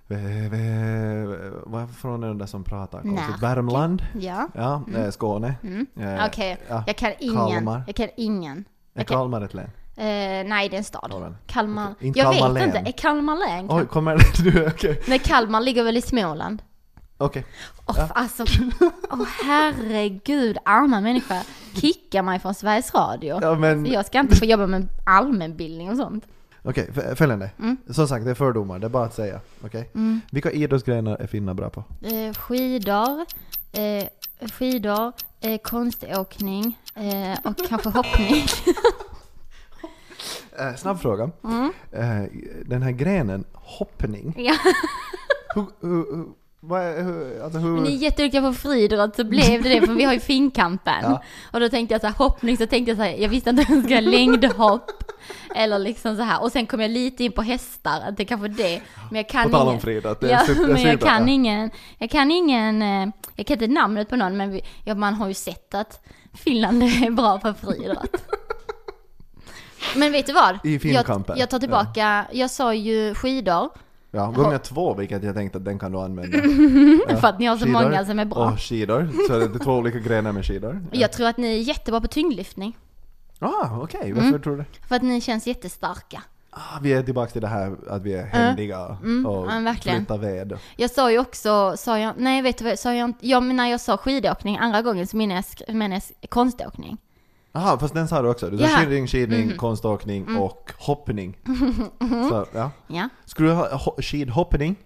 [SPEAKER 3] Ve- ve- Varifrån är den där som pratar?
[SPEAKER 2] Närke.
[SPEAKER 3] Konstigt. Värmland?
[SPEAKER 2] Ja.
[SPEAKER 3] Ja, eh, Skåne.
[SPEAKER 2] Mm.
[SPEAKER 3] Eh,
[SPEAKER 2] Okej,
[SPEAKER 3] ja.
[SPEAKER 2] jag kan ingen.
[SPEAKER 3] Kalmar.
[SPEAKER 2] Jag kan ingen.
[SPEAKER 3] Är
[SPEAKER 2] Jag kan,
[SPEAKER 3] Kalmar ett län?
[SPEAKER 2] eh, nej, det är en stad.
[SPEAKER 3] Kalmar.
[SPEAKER 2] Kalmar.
[SPEAKER 3] Okej, inte
[SPEAKER 2] jag
[SPEAKER 3] Kalmar
[SPEAKER 2] vet
[SPEAKER 3] län.
[SPEAKER 2] inte, är Kalmar län?
[SPEAKER 3] Oj,
[SPEAKER 2] Kal-
[SPEAKER 3] kommer det nu? Okej.
[SPEAKER 2] Men Kalmar ligger väl i Småland?
[SPEAKER 3] Okej.
[SPEAKER 2] Åh, alltså, åh herregud, arma människa. Kicka mig från Sveriges Radio.
[SPEAKER 3] Ja, men
[SPEAKER 2] Jag ska inte få jobba med allmänbildning och sånt.
[SPEAKER 3] okej, f- följande.
[SPEAKER 2] Mm.
[SPEAKER 3] Som sagt, det är fördomar. Det är bara att säga. Okej?
[SPEAKER 2] Mm.
[SPEAKER 3] Vilka idrottsgrenar är finnar bra på?
[SPEAKER 2] Eh, skidor, eh, skidor, eh, konståkning eh, och kanske hoppning.
[SPEAKER 3] Eh, snabb fråga.
[SPEAKER 2] Mm.
[SPEAKER 3] Eh, den här grenen, hoppning.
[SPEAKER 2] Ja.
[SPEAKER 3] Hur, hur, hur, vad är, hur, alltså
[SPEAKER 2] Men
[SPEAKER 3] hur...
[SPEAKER 2] ni är jätteduktiga på friidrott så blev det det för vi har ju finkampen.
[SPEAKER 3] Ja.
[SPEAKER 2] Och då tänkte jag så här hoppning så tänkte jag så här, jag visste inte om jag skulle ha längdhopp. Eller liksom så här. Och sen kom jag lite in på hästar, att det kanske är det. Men jag kan
[SPEAKER 3] På tal om
[SPEAKER 2] ingen-
[SPEAKER 3] friidrott. det är
[SPEAKER 2] Ja,
[SPEAKER 3] super-
[SPEAKER 2] men jag
[SPEAKER 3] super-
[SPEAKER 2] kan ingen, jag kan ingen, eh, jag kan inte namnet på någon men vi, ja, man har ju sett att Finland är bra på friidrott. Men vet du vad?
[SPEAKER 3] I
[SPEAKER 2] jag,
[SPEAKER 3] filmkampen.
[SPEAKER 2] jag tar tillbaka, jag sa ju skidor
[SPEAKER 3] Ja, gånger två vilket jag tänkte att den kan du använda.
[SPEAKER 2] för att ni har så
[SPEAKER 3] Skidor.
[SPEAKER 2] Alltså, många som är bra.
[SPEAKER 3] Och skidor. Så det är två olika grenar med skidor. Ja.
[SPEAKER 2] Jag tror att ni är jättebra på tyngdlyftning.
[SPEAKER 3] Ah, okej. Varför
[SPEAKER 2] Mm.
[SPEAKER 3] tror du det?
[SPEAKER 2] För att ni känns jättestarka.
[SPEAKER 3] Ah, vi är tillbaka till det här att vi är händiga och
[SPEAKER 2] Mm. ja, verkligen.
[SPEAKER 3] flyttar ved.
[SPEAKER 2] Jag sa ju också, sa jag, nej vet du vad, sa jag inte, ja, men när jag sa skidåkning andra gången så menar jag, sk- menar jag sk- konståkning.
[SPEAKER 3] Aha, fast den sa du också. Du sa
[SPEAKER 2] Ja. Mm.
[SPEAKER 3] skidning, skidning, konståkning och hoppning. Så, ja.
[SPEAKER 2] Ja.
[SPEAKER 3] Skulle du ha ho- skidhoppning?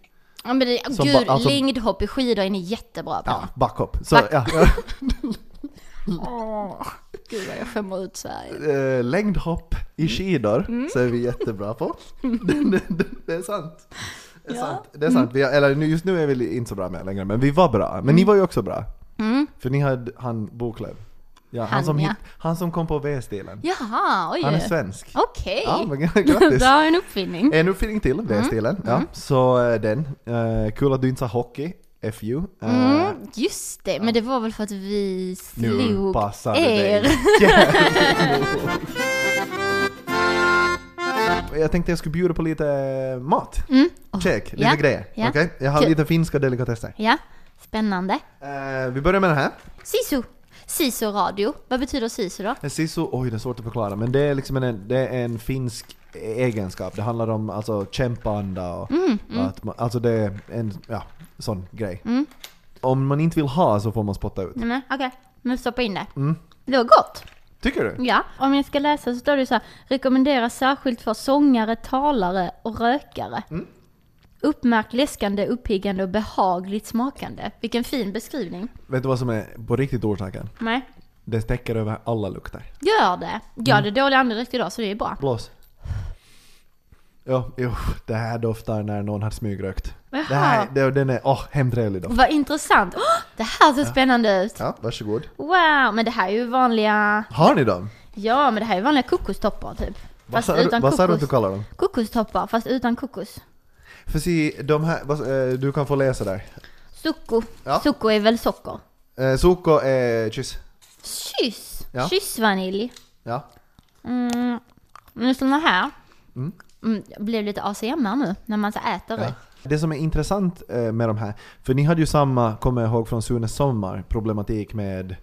[SPEAKER 2] ja men det,
[SPEAKER 3] Som
[SPEAKER 2] gud,
[SPEAKER 3] ba- alltså-
[SPEAKER 2] längdhopp i skidor är ni jättebra på.
[SPEAKER 3] Ja, backhopp. Så,
[SPEAKER 2] Back-
[SPEAKER 3] ja.
[SPEAKER 2] Åh, gud vad jag skämmer ut Sverige.
[SPEAKER 3] Eh, längdhopp
[SPEAKER 2] Mm.
[SPEAKER 3] i skidor så är vi jättebra på. det, det, det är sant. Det är
[SPEAKER 2] Ja.
[SPEAKER 3] sant. Det är sant. Vi, har- eller nu- just nu är vi inte så bra med längre, men vi var bra. Men ni
[SPEAKER 2] Mm.
[SPEAKER 3] var ju också bra. För ni hade han Boklöv. Ja, han,
[SPEAKER 2] Han,
[SPEAKER 3] som
[SPEAKER 2] ja.
[SPEAKER 3] hit, han som kom på V-stilen.
[SPEAKER 2] Jaha, oj.
[SPEAKER 3] Han är svensk.
[SPEAKER 2] Okej.
[SPEAKER 3] Ja, men grattis.
[SPEAKER 2] Där har jag en uppfinning.
[SPEAKER 3] En uppfinning till, V-stilen. Ja,
[SPEAKER 2] Mm.
[SPEAKER 3] så eh, den. Eh, kul att du inte sa hockey, FU. Eh,
[SPEAKER 2] Mm, just det, men det var väl för att vi
[SPEAKER 3] nu
[SPEAKER 2] slog
[SPEAKER 3] passar det
[SPEAKER 2] er.
[SPEAKER 3] dig. Jävligt. Jag tänkte jag skulle bjuda på lite eh, mat.
[SPEAKER 2] Mm. åh,
[SPEAKER 3] Käk, lite
[SPEAKER 2] ja,
[SPEAKER 3] grejer.
[SPEAKER 2] ja.
[SPEAKER 3] Okej? Jag har
[SPEAKER 2] Kul.
[SPEAKER 3] lite finska delikatesser.
[SPEAKER 2] Ja, spännande.
[SPEAKER 3] Eh, vi börjar med den här.
[SPEAKER 2] Sisu. Sisu radio. Vad betyder sisu då?
[SPEAKER 3] En Sisu, oj det är svårt att förklara, men det är liksom en, det är en finsk egenskap. Det handlar om alltså kämpaanda och att man, alltså det är en ja, sån grej.
[SPEAKER 2] Mm.
[SPEAKER 3] Om man inte vill ha så får man spotta ut.
[SPEAKER 2] Nej men okej, nu stoppa in det.
[SPEAKER 3] Mm.
[SPEAKER 2] Det var gott.
[SPEAKER 3] Tycker du?
[SPEAKER 2] Ja. Om jag ska läsa så står det så här. Rekommenderas särskilt för sångare, talare och rökare.
[SPEAKER 3] Mm.
[SPEAKER 2] Uppmärkt läskande, uppiggande och behagligt smakande. Vilken fin beskrivning.
[SPEAKER 3] Vet du vad som är på riktigt orsaken?
[SPEAKER 2] Nej.
[SPEAKER 3] Det täcker över alla lukter.
[SPEAKER 2] Gör det. Jag
[SPEAKER 3] Mm.
[SPEAKER 2] hade dålig andedräkt idag så det är bra.
[SPEAKER 3] Blås. Ja, jo, det här doftar när någon har smygrökt. Det här, det, den är, åh, hemtrevlig doft.
[SPEAKER 2] Vad intressant. Åh, det här ser spännande ut.
[SPEAKER 3] Ja, varsågod.
[SPEAKER 2] Wow, men det här är ju vanliga...
[SPEAKER 3] Har ni dem?
[SPEAKER 2] Ja, men det här är vanliga kokostoppar typ.
[SPEAKER 3] Vad
[SPEAKER 2] Fast
[SPEAKER 3] sa du-
[SPEAKER 2] utan
[SPEAKER 3] Vad sa du att du
[SPEAKER 2] kokos.
[SPEAKER 3] kallar dem?
[SPEAKER 2] Kokostoppar, fast utan kokos.
[SPEAKER 3] För se, de här, vad- eh, du kan få läsa där.
[SPEAKER 2] Succo.
[SPEAKER 3] Ja.
[SPEAKER 2] Succo är väl socker?
[SPEAKER 3] Eh, Soko är kyss.
[SPEAKER 2] Kyss!
[SPEAKER 3] Ja.
[SPEAKER 2] Kyssvanilj.
[SPEAKER 3] Ja.
[SPEAKER 2] Mm. Nu sådana här. Mm. Jag blev lite ACMR nu när man så äter
[SPEAKER 3] ja.
[SPEAKER 2] det.
[SPEAKER 3] Det som är intressant eh, med de här, för ni hade ju samma, kommer jag ihåg från Sunes sommar, problematik med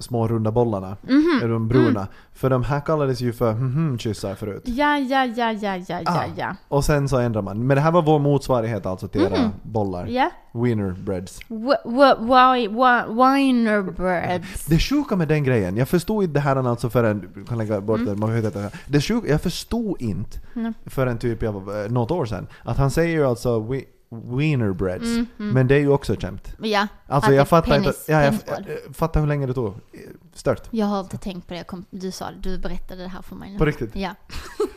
[SPEAKER 3] små runda bollarna,
[SPEAKER 2] Mhm.
[SPEAKER 3] eller de bruna.
[SPEAKER 2] Mm.
[SPEAKER 3] För de här kallades ju för mhm kyssar förut.
[SPEAKER 2] Ja, ja, ja, ja, ja,
[SPEAKER 3] Ah.
[SPEAKER 2] ja, ja.
[SPEAKER 3] Och sen så ändrar man. Men det här var vår motsvarighet alltså till era bollar.
[SPEAKER 2] Mhm. Ja.
[SPEAKER 3] Wiener breads.
[SPEAKER 2] W- w- wi- wi- Wiener breads.
[SPEAKER 3] Det sjuka med den grejen, jag förstod inte det här alltså förrän, du kan lägga
[SPEAKER 2] Mm.
[SPEAKER 3] bort det, man vet inte. det här. Det sjuka, jag förstod inte förrän typ jag var, eh, något år sedan, att han säger ju alltså wi- wiener breads, men det är ju också ett skämt.
[SPEAKER 2] Mm-hmm. Ja.
[SPEAKER 3] Alltså
[SPEAKER 2] Mm. att
[SPEAKER 3] jag
[SPEAKER 2] det-
[SPEAKER 3] fattar inte,
[SPEAKER 2] penis-
[SPEAKER 3] ja, jag,
[SPEAKER 2] penisbål.
[SPEAKER 3] eh, fattar hur länge det tog. Eh, Stört.
[SPEAKER 2] Jag har inte tänkt på det, jag kom, du sa det, du berättade det här för mig nu.
[SPEAKER 3] På riktigt.
[SPEAKER 2] Ja.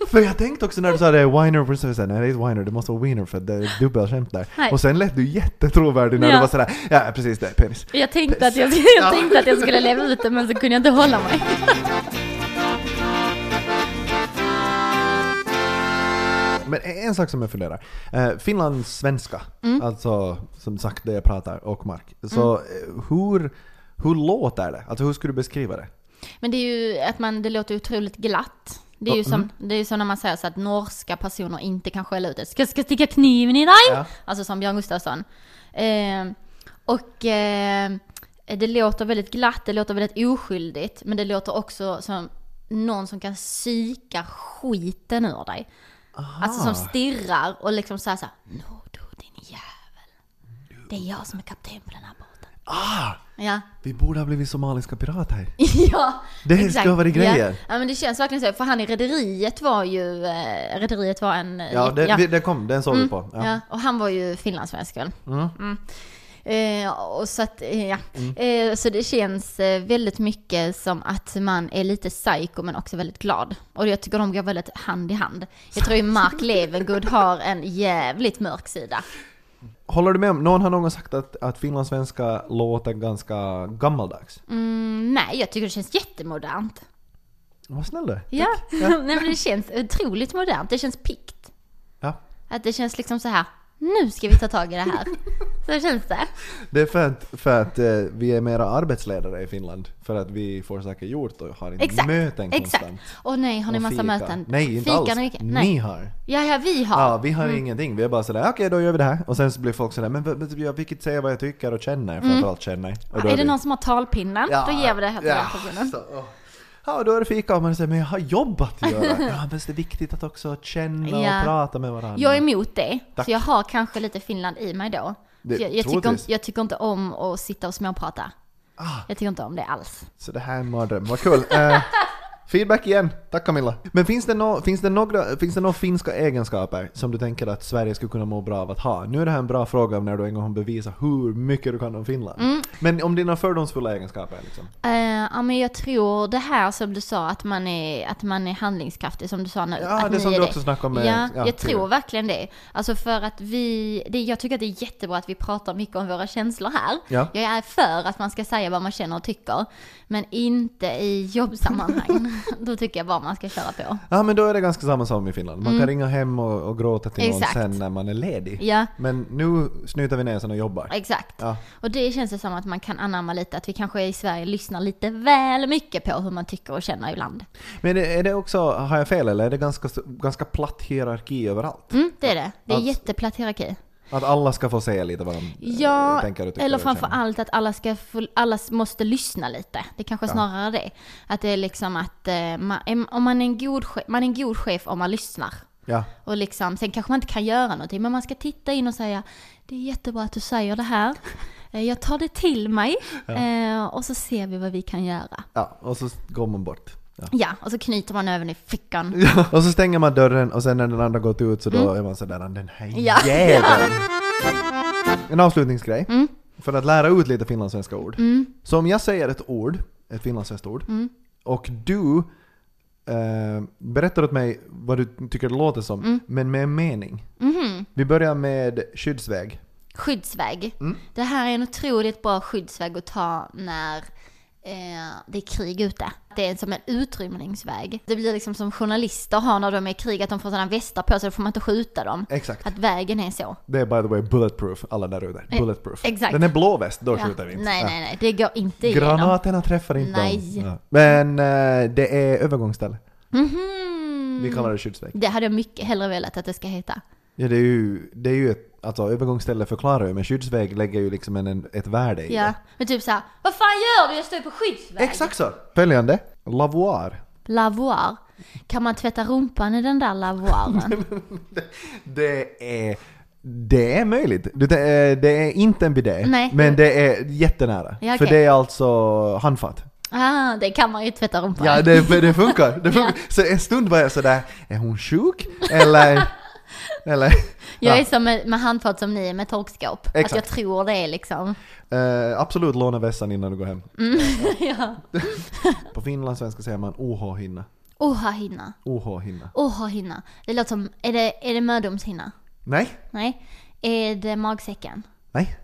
[SPEAKER 3] För jag tänkte också när du sa det, wiener breads, så sa jag, nej det är wiener, det måste vara wiener för det är dubbelskämt där.
[SPEAKER 2] Nej.
[SPEAKER 3] Och sen lät du jättetrovärdig när
[SPEAKER 2] Ja.
[SPEAKER 3] du var sådär, ja precis det, penis.
[SPEAKER 2] Jag tänkte, att jag, jag tänkte att jag skulle leva ut det men så kunde jag inte hålla mig.
[SPEAKER 3] Men en sak som jag funderar. Eh, Finlands svenska,
[SPEAKER 2] Mm.
[SPEAKER 3] alltså som sagt det jag pratar, och Mark. Så eh, hur, hur låter det? Alltså hur skulle du beskriva det?
[SPEAKER 2] Men det är ju att man, det låter otroligt glatt. Det är ju som, det är ju som när man säger så att norska personer inte kan skälla ut det. Ska, ska sticka kniven i dig!
[SPEAKER 3] Ja.
[SPEAKER 2] Alltså som Björn Gustafsson. Eh, och eh, det låter väldigt glatt, det låter väldigt oskyldigt. Men det låter också som någon som kan psyka skiten ur dig. Alltså som stirrar och liksom säger såhär No du din jävel. Det är jag som är kapten på den här båten.
[SPEAKER 3] Ah!
[SPEAKER 2] Ja.
[SPEAKER 3] Vi borde ha blivit somaliska pirater.
[SPEAKER 2] ja,
[SPEAKER 3] Det skulle ha varit
[SPEAKER 2] Ja.
[SPEAKER 3] grejer.
[SPEAKER 2] ja, men det känns verkligen så. För han i Rederiet var ju, eh, Rederiet var en... eh,
[SPEAKER 3] Ja, det,
[SPEAKER 2] ja, Mm.
[SPEAKER 3] vi- det kom. Den såg vi på.
[SPEAKER 2] ja.
[SPEAKER 3] Ja.
[SPEAKER 2] och han var ju finlandssvensk väl? Mm. Eh, och så att, eh, ja.
[SPEAKER 3] Mm.
[SPEAKER 2] Eh, så det känns eh, väldigt mycket som att man är lite psycho men också väldigt glad. Och jag tycker de går väldigt hand i hand. Jag tror ju Mark Levengood har en jävligt mörk sida.
[SPEAKER 3] Håller du med om, någon har någon gång sagt att, att finlandssvenska låter ganska gammaldags?
[SPEAKER 2] Mm, nej, jag tycker det känns jättemodernt.
[SPEAKER 3] Vad snäll du är.
[SPEAKER 2] Ja, nej men det känns otroligt modernt. Det känns pikt.
[SPEAKER 3] Ja.
[SPEAKER 2] Att det känns liksom så här. nu ska vi ta tag i det här. Så känns det.
[SPEAKER 3] Det är för att, för att eh, vi är mera arbetsledare i Finland. För att vi får saker gjort och har inte
[SPEAKER 2] Exakt.
[SPEAKER 3] möten
[SPEAKER 2] Exakt.
[SPEAKER 3] konstant.
[SPEAKER 2] Åh nej, har ni
[SPEAKER 3] Och
[SPEAKER 2] massa
[SPEAKER 3] fika.
[SPEAKER 2] möten?
[SPEAKER 3] Nej, inte
[SPEAKER 2] Fika
[SPEAKER 3] alls.
[SPEAKER 2] nu i veckan?
[SPEAKER 3] Ni
[SPEAKER 2] Nej.
[SPEAKER 3] har.
[SPEAKER 2] Ja, ja, Mm. vi har.
[SPEAKER 3] Ja, vi har ingenting. Vi är bara sådär, okej då gör vi det här. Och sen så blir folk sådär, men v- v- jag fick inte säga vad jag tycker och känner. Framförallt känner. Och då
[SPEAKER 2] Mm. är det
[SPEAKER 3] vi-
[SPEAKER 2] någon som har talpinnen?
[SPEAKER 3] Ja,
[SPEAKER 2] Då ger vi det här till
[SPEAKER 3] ja,
[SPEAKER 2] den personen.
[SPEAKER 3] så, åh. Ja, då är det fika och man säger, men jag har jobbat att göra. Ja, men det är viktigt att också känna och
[SPEAKER 2] Ja.
[SPEAKER 3] prata med varandra.
[SPEAKER 2] Jag är emot det,
[SPEAKER 3] Tack.
[SPEAKER 2] så jag har kanske lite Finland i mig då.
[SPEAKER 3] Det-
[SPEAKER 2] Så jag, jag, tycker,
[SPEAKER 3] troligtvis. Ah.
[SPEAKER 2] inte- jag tycker inte om att sitta och småprata. Jag tycker inte om det alls.
[SPEAKER 3] Så det här är en mardröm, vad kul! Eh, feedback igen, tack Camilla! Men finns det, nå finns, det några, finns det några finska egenskaper som du tänker att Sverige skulle kunna må bra av att ha? Nu är det här en bra fråga när du en gång bevisar hur mycket du kan om Finland.
[SPEAKER 2] Mm.
[SPEAKER 3] Men om dina fördomsfulla egenskaper liksom?
[SPEAKER 2] Eh, ja men jag tror det här som du sa att man är, att man är handlingskraftig som du sa nu.
[SPEAKER 3] Ja,
[SPEAKER 2] att
[SPEAKER 3] det
[SPEAKER 2] ni
[SPEAKER 3] som
[SPEAKER 2] är
[SPEAKER 3] du också snackade om med-
[SPEAKER 2] Ja,
[SPEAKER 3] ja,
[SPEAKER 2] jag
[SPEAKER 3] tidigare.
[SPEAKER 2] tror verkligen det. Alltså för att vi, det, jag tycker att det är jättebra att vi pratar mycket om våra känslor här.
[SPEAKER 3] Ja.
[SPEAKER 2] Jag är för att man ska säga vad man känner och tycker. Men inte i jobbsammanhang. Då tycker jag bara man ska köra på.
[SPEAKER 3] Ja men då är det ganska samma som i Finland, man kan ringa hem och, och gråta till någon
[SPEAKER 2] Mm. Exakt.
[SPEAKER 3] sen när man är ledig.
[SPEAKER 2] Ja,
[SPEAKER 3] Men nu snyter vi näsan och jobbar.
[SPEAKER 2] exakt.
[SPEAKER 3] Ja.
[SPEAKER 2] Och det känns det som att man kan anamma lite, att vi kanske i Sverige lyssnar lite väl mycket på hur man tycker och känner ibland.
[SPEAKER 3] Men är det också, har jag fel eller är det ganska, ganska platt hierarki överallt?
[SPEAKER 2] Mm, det är det. Det är
[SPEAKER 3] Alltså-
[SPEAKER 2] jätteplatt hierarki.
[SPEAKER 3] Att alla ska få säga lite vad de eh,
[SPEAKER 2] Ja,
[SPEAKER 3] tänker och tycker
[SPEAKER 2] eller
[SPEAKER 3] och känner.
[SPEAKER 2] framför allt att alla, ska få, alla måste lyssna lite. Det kanske är snarare det. Att det är liksom att eh, man, är- om man, är en god chef, man är en god chef om man lyssnar.
[SPEAKER 3] Ja.
[SPEAKER 2] Och liksom, sen kanske man inte kan göra någonting, men man ska titta in och säga Det är jättebra att du säger det här. Eh, Jag tar det till mig eh, och så ser vi vad vi kan göra.
[SPEAKER 3] Ja, och så går man bort. Ja.
[SPEAKER 2] Ja, och så knyter man öven i fickan.
[SPEAKER 3] Och så stänger man dörren och sen när den andra gått ut så då är man sådär den här
[SPEAKER 2] Mm. Ja.
[SPEAKER 3] jäveln. En avslutningsgrej.
[SPEAKER 2] Mm.
[SPEAKER 3] För att lära ut lite finlandssvenska ord. Så om jag säger ett ord, ett finlandssvenskt ord,
[SPEAKER 2] Mm.
[SPEAKER 3] och du eh, berättar åt mig vad du tycker det låter som,
[SPEAKER 2] Mm.
[SPEAKER 3] men med en mening.
[SPEAKER 2] Mm-hmm.
[SPEAKER 3] Vi börjar med skyddsväg.
[SPEAKER 2] Skyddsväg.
[SPEAKER 3] Mm.
[SPEAKER 2] Det här är en otroligt bra skyddsväg att ta när eh, det är krig ute. Det är som en utrymningsväg. Det blir liksom som journalister har när de är i krig, att de får sådana västar på sig, då får man inte skjuta dem.
[SPEAKER 3] Exakt.
[SPEAKER 2] Att vägen är så.
[SPEAKER 3] Det är by the way bulletproof, alla där ute. Bulletproof.
[SPEAKER 2] exakt.
[SPEAKER 3] Den är blå väst, då
[SPEAKER 2] Ja.
[SPEAKER 3] skjuter vi inte.
[SPEAKER 2] Nej,
[SPEAKER 3] Ja.
[SPEAKER 2] nej, nej, det går inte igenom.
[SPEAKER 3] Granaterna träffar inte
[SPEAKER 2] Nej.
[SPEAKER 3] dem. Ja. Men eh, det är övergångsställe.
[SPEAKER 2] Mhm.
[SPEAKER 3] Vi kallar det skyddsväg.
[SPEAKER 2] Det hade jag mycket hellre velat att det ska heta.
[SPEAKER 3] Ja, det är ju, det är ju ett, alltså övergångsställe förklarar ju, men skyddsväg lägger ju liksom en, en, ett värde i
[SPEAKER 2] Ja, men typ såhär, vad fan gör du? Jag står ju på
[SPEAKER 3] det.
[SPEAKER 2] skyddsväg.
[SPEAKER 3] Exakt så! Följande, lavoir.
[SPEAKER 2] Lavoir. Kan man tvätta rumpan i den där lavoiren?
[SPEAKER 3] Det är, det är möjligt. Det är, det är inte en bidé,
[SPEAKER 2] Nej.
[SPEAKER 3] men det är jättenära.
[SPEAKER 2] Ja,
[SPEAKER 3] För
[SPEAKER 2] okej.
[SPEAKER 3] det är alltså handfat.
[SPEAKER 2] ah, det kan man ju tvätta rumpan.
[SPEAKER 3] Ja, det, men det funkar. Det funkar. Så en stund var jag sådär, är hon sjuk? Eller? eller
[SPEAKER 2] Jag
[SPEAKER 3] Ja.
[SPEAKER 2] är som med, med handfat som ni är med torkskåp. Att jag
[SPEAKER 3] Exakt.
[SPEAKER 2] tror det är liksom.
[SPEAKER 3] Eh, absolut låna vässan innan du går hem.
[SPEAKER 2] ja.
[SPEAKER 3] På finlandssvenska säger man OH-hinna.
[SPEAKER 2] Oha hinna.
[SPEAKER 3] OH-hinna.
[SPEAKER 2] Oha hinna. Det låter som, är det, är det mödomshinna?
[SPEAKER 3] Nej,
[SPEAKER 2] Nej. Är det magsäcken?
[SPEAKER 3] nej.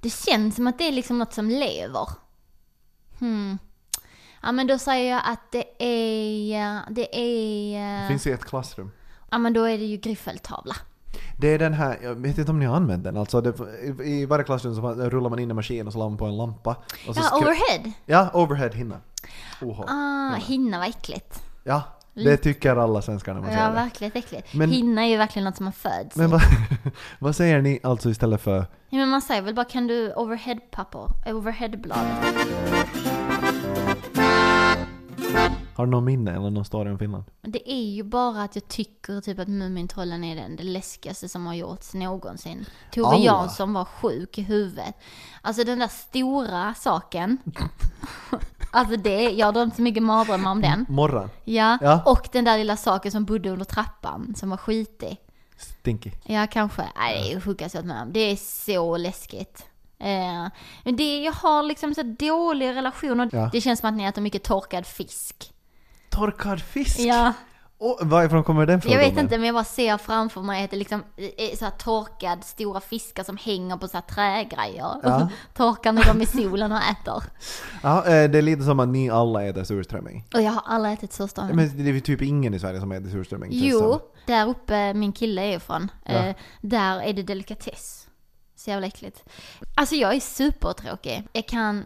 [SPEAKER 2] Det känns som att det är liksom något som lever. Hmm. Ja men då säger jag att det är, det
[SPEAKER 3] Det
[SPEAKER 2] är,
[SPEAKER 3] finns i ett klassrum.
[SPEAKER 2] ja men då är det ju griffeltavla.
[SPEAKER 3] Det är den här, jag vet inte om ni har använt den, alltså det, i varje klassrum så rullar man in en maskin och så la man på en lampa. Och så
[SPEAKER 2] Ja,
[SPEAKER 3] skri-
[SPEAKER 2] overhead.
[SPEAKER 3] Ja, overhead hinna. OH.
[SPEAKER 2] Ah, hinna var äckligt.
[SPEAKER 3] Ja, Det tycker alla svenskar när man
[SPEAKER 2] Ja,
[SPEAKER 3] säger det.
[SPEAKER 2] verkligt äckligt.
[SPEAKER 3] Men-
[SPEAKER 2] Hinna är ju verkligen något som man föds
[SPEAKER 3] Men
[SPEAKER 2] i.
[SPEAKER 3] vad, vad säger ni alltså istället för
[SPEAKER 2] Ja, men man säger väl bara kan du overheadpapper, overheadbladet.
[SPEAKER 3] Har du någon minne eller någon story om Finland?
[SPEAKER 2] Men Det är ju bara att jag tycker typ att Mumintrollen är den det läskigaste som har gjorts någonsin. Tove
[SPEAKER 3] Alla.
[SPEAKER 2] Jansson var sjuk i huvudet. Alltså den där stora saken. alltså det, jag har drömt så mycket mardrömmar om den.
[SPEAKER 3] Morran?
[SPEAKER 2] Ja.
[SPEAKER 3] Ja.
[SPEAKER 2] och den där lilla saken som bodde under trappan som var skitig.
[SPEAKER 3] Stinky.
[SPEAKER 2] Ja, kanske. Nej, det är ju sjukast jag varit med om. Det är så läskigt. Eh, men det, jag har liksom så dålig relation och
[SPEAKER 3] Ja.
[SPEAKER 2] det känns som att ni äter mycket torkad fisk.
[SPEAKER 3] Torkad fisk?
[SPEAKER 2] Ja,
[SPEAKER 3] Och varifrån kommer den
[SPEAKER 2] jag
[SPEAKER 3] fördomen?
[SPEAKER 2] vet inte men jag bara ser framför mig att det liksom är så här torkad stora fiskar som hänger på så här trägrejer.
[SPEAKER 3] Ja.
[SPEAKER 2] Torkar med dem i solen och äter.
[SPEAKER 3] Ja, eh, det är lite som att ni alla äter surströmming.
[SPEAKER 2] Och jag har aldrig ätit surströmming.
[SPEAKER 3] Men det är ju typ ingen i Sverige som äter surströmming. känns
[SPEAKER 2] Jo,
[SPEAKER 3] som.
[SPEAKER 2] där uppe min kille är ifrån,
[SPEAKER 3] Ja.
[SPEAKER 2] eh, där är det delikatess. Så jävla äckligt. Alltså jag är supertråkig. Jag kan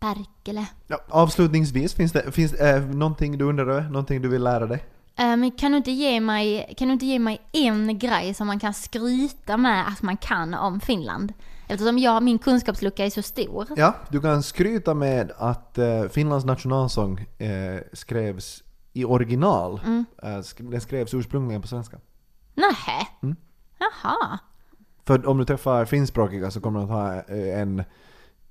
[SPEAKER 2] Berkele.
[SPEAKER 3] Ja, avslutningsvis, finns det, finns det eh, någonting du undrar över? Någonting du vill lära dig?
[SPEAKER 2] Eh, Men kan du, inte ge mig, kan du inte ge mig en grej som man kan skryta med att man kan om Finland? Eftersom jag, min kunskapslucka är så stor.
[SPEAKER 3] Ja, du kan skryta med att eh, Finlands nationalsång eh, skrevs i original. Eh, sk- den skrevs ursprungligen på svenska.
[SPEAKER 2] Nähä?
[SPEAKER 3] Mm.
[SPEAKER 2] Jaha.
[SPEAKER 3] För om du träffar finskspråkiga så kommer de att ha eh, en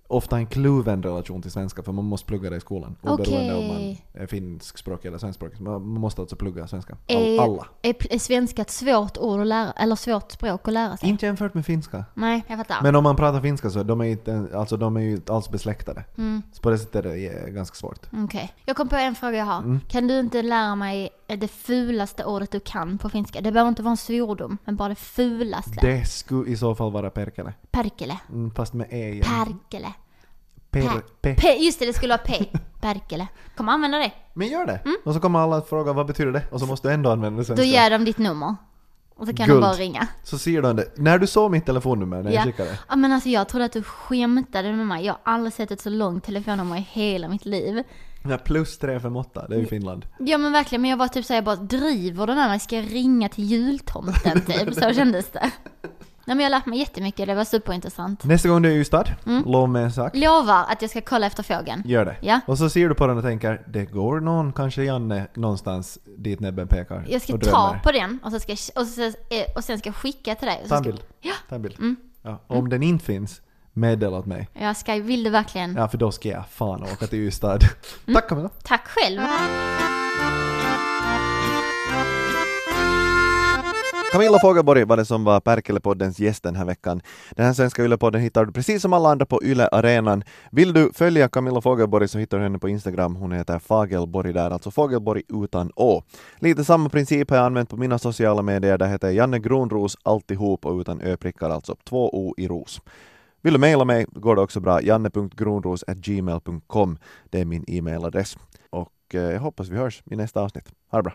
[SPEAKER 3] ofta en kluven relation till svenska för man måste plugga det i skolan. Oberoende om man
[SPEAKER 2] Okej.
[SPEAKER 3] är finskspråkig eller svenskspråkig. Man man måste alltså plugga svenska. All,
[SPEAKER 2] Är,
[SPEAKER 3] alla.
[SPEAKER 2] Eh, Är, är svenska ett svårt ord att lära, eller svårt språk att lära sig?
[SPEAKER 3] Inte jämfört med finska.
[SPEAKER 2] Nej, jag fattar.
[SPEAKER 3] Men om man pratar finska så de är inte, alltså de är ju inte alls besläktade.
[SPEAKER 2] Mm.
[SPEAKER 3] Så på det sättet är det eh, ganska svårt.
[SPEAKER 2] Okej. Jag kom på en fråga jag har.
[SPEAKER 3] Mm.
[SPEAKER 2] Kan du inte lära mig det fulaste ordet du kan på finska? Det behöver inte vara en svordom, men bara det fulaste.
[SPEAKER 3] Det skulle i så fall vara perkele.
[SPEAKER 2] Perkele.
[SPEAKER 3] Mm, fast med e igen.
[SPEAKER 2] Perkele.
[SPEAKER 3] Per, pe.
[SPEAKER 2] Pe. Just det, det skulle vara P. Perkele. Kommer använda det.
[SPEAKER 3] Men gör det! Och så kommer alla att fråga vad betyder det? Och så måste du ändå använda det
[SPEAKER 2] Mm.
[SPEAKER 3] svenska.
[SPEAKER 2] Då ger de ditt nummer. Och så kan
[SPEAKER 3] Guld.
[SPEAKER 2] de bara ringa.
[SPEAKER 3] Så ser du det. När du såg mitt telefonnummer när jag
[SPEAKER 2] Ja.
[SPEAKER 3] skickade.
[SPEAKER 2] ja men alltså jag trodde att du skämtade med mig. Jag har aldrig sett ett så långt telefonnummer i hela mitt liv.
[SPEAKER 3] Ja, plus 358, det är ju
[SPEAKER 2] Mm.
[SPEAKER 3] Finland.
[SPEAKER 2] Ja men verkligen, men jag var typ såhär, jag bara driver den här, ska jag ringa till jultomten typ? Så kändes det. Nej men jag har lärt mig jättemycket, det var superintressant.
[SPEAKER 3] Nästa gång du är i Ystad, lov mig en sak.
[SPEAKER 2] Lovar att jag ska kolla efter fågeln.
[SPEAKER 3] Gör det.
[SPEAKER 2] Mm. Ja.
[SPEAKER 3] Och så ser du på den och tänker, det går någon, kanske Janne, någonstans dit näbben pekar.
[SPEAKER 2] Jag ska
[SPEAKER 3] och
[SPEAKER 2] ta på den och, så ska, jag- och, så, eh, och sen ska jag skicka till dig. Och
[SPEAKER 3] Ta
[SPEAKER 2] så
[SPEAKER 3] en
[SPEAKER 2] ska,
[SPEAKER 3] bild.
[SPEAKER 2] ja,
[SPEAKER 3] Ta en bild.
[SPEAKER 2] Mm.
[SPEAKER 3] Ja. Om den inte finns, meddela åt mig.
[SPEAKER 2] jag ska, vill du verkligen?
[SPEAKER 3] Ja, för då ska jag fan åka till Ystad. Tack Camilla!
[SPEAKER 2] Tack själv.
[SPEAKER 1] Camilla Fogelborg var det som var Perkele-poddens gäst den här veckan. Den här svenska Yle-podden hittar du precis som alla andra på Yle Arenan. Vill du följa Camilla Fogelborg så hittar du henne på Instagram. Hon heter Fagelborg där, alltså Fogelborg utan Å. Lite samma princip har jag använt på mina sociala medier. Där heter jag Janne Gronros alltihop och utan ö-prickar, alltså två O i ros. Vill du mejla mig går det också bra. janne.gronros.gmail.com Det är min e-mailadress. Och eh, jag hoppas vi hörs i nästa avsnitt. Ha det bra!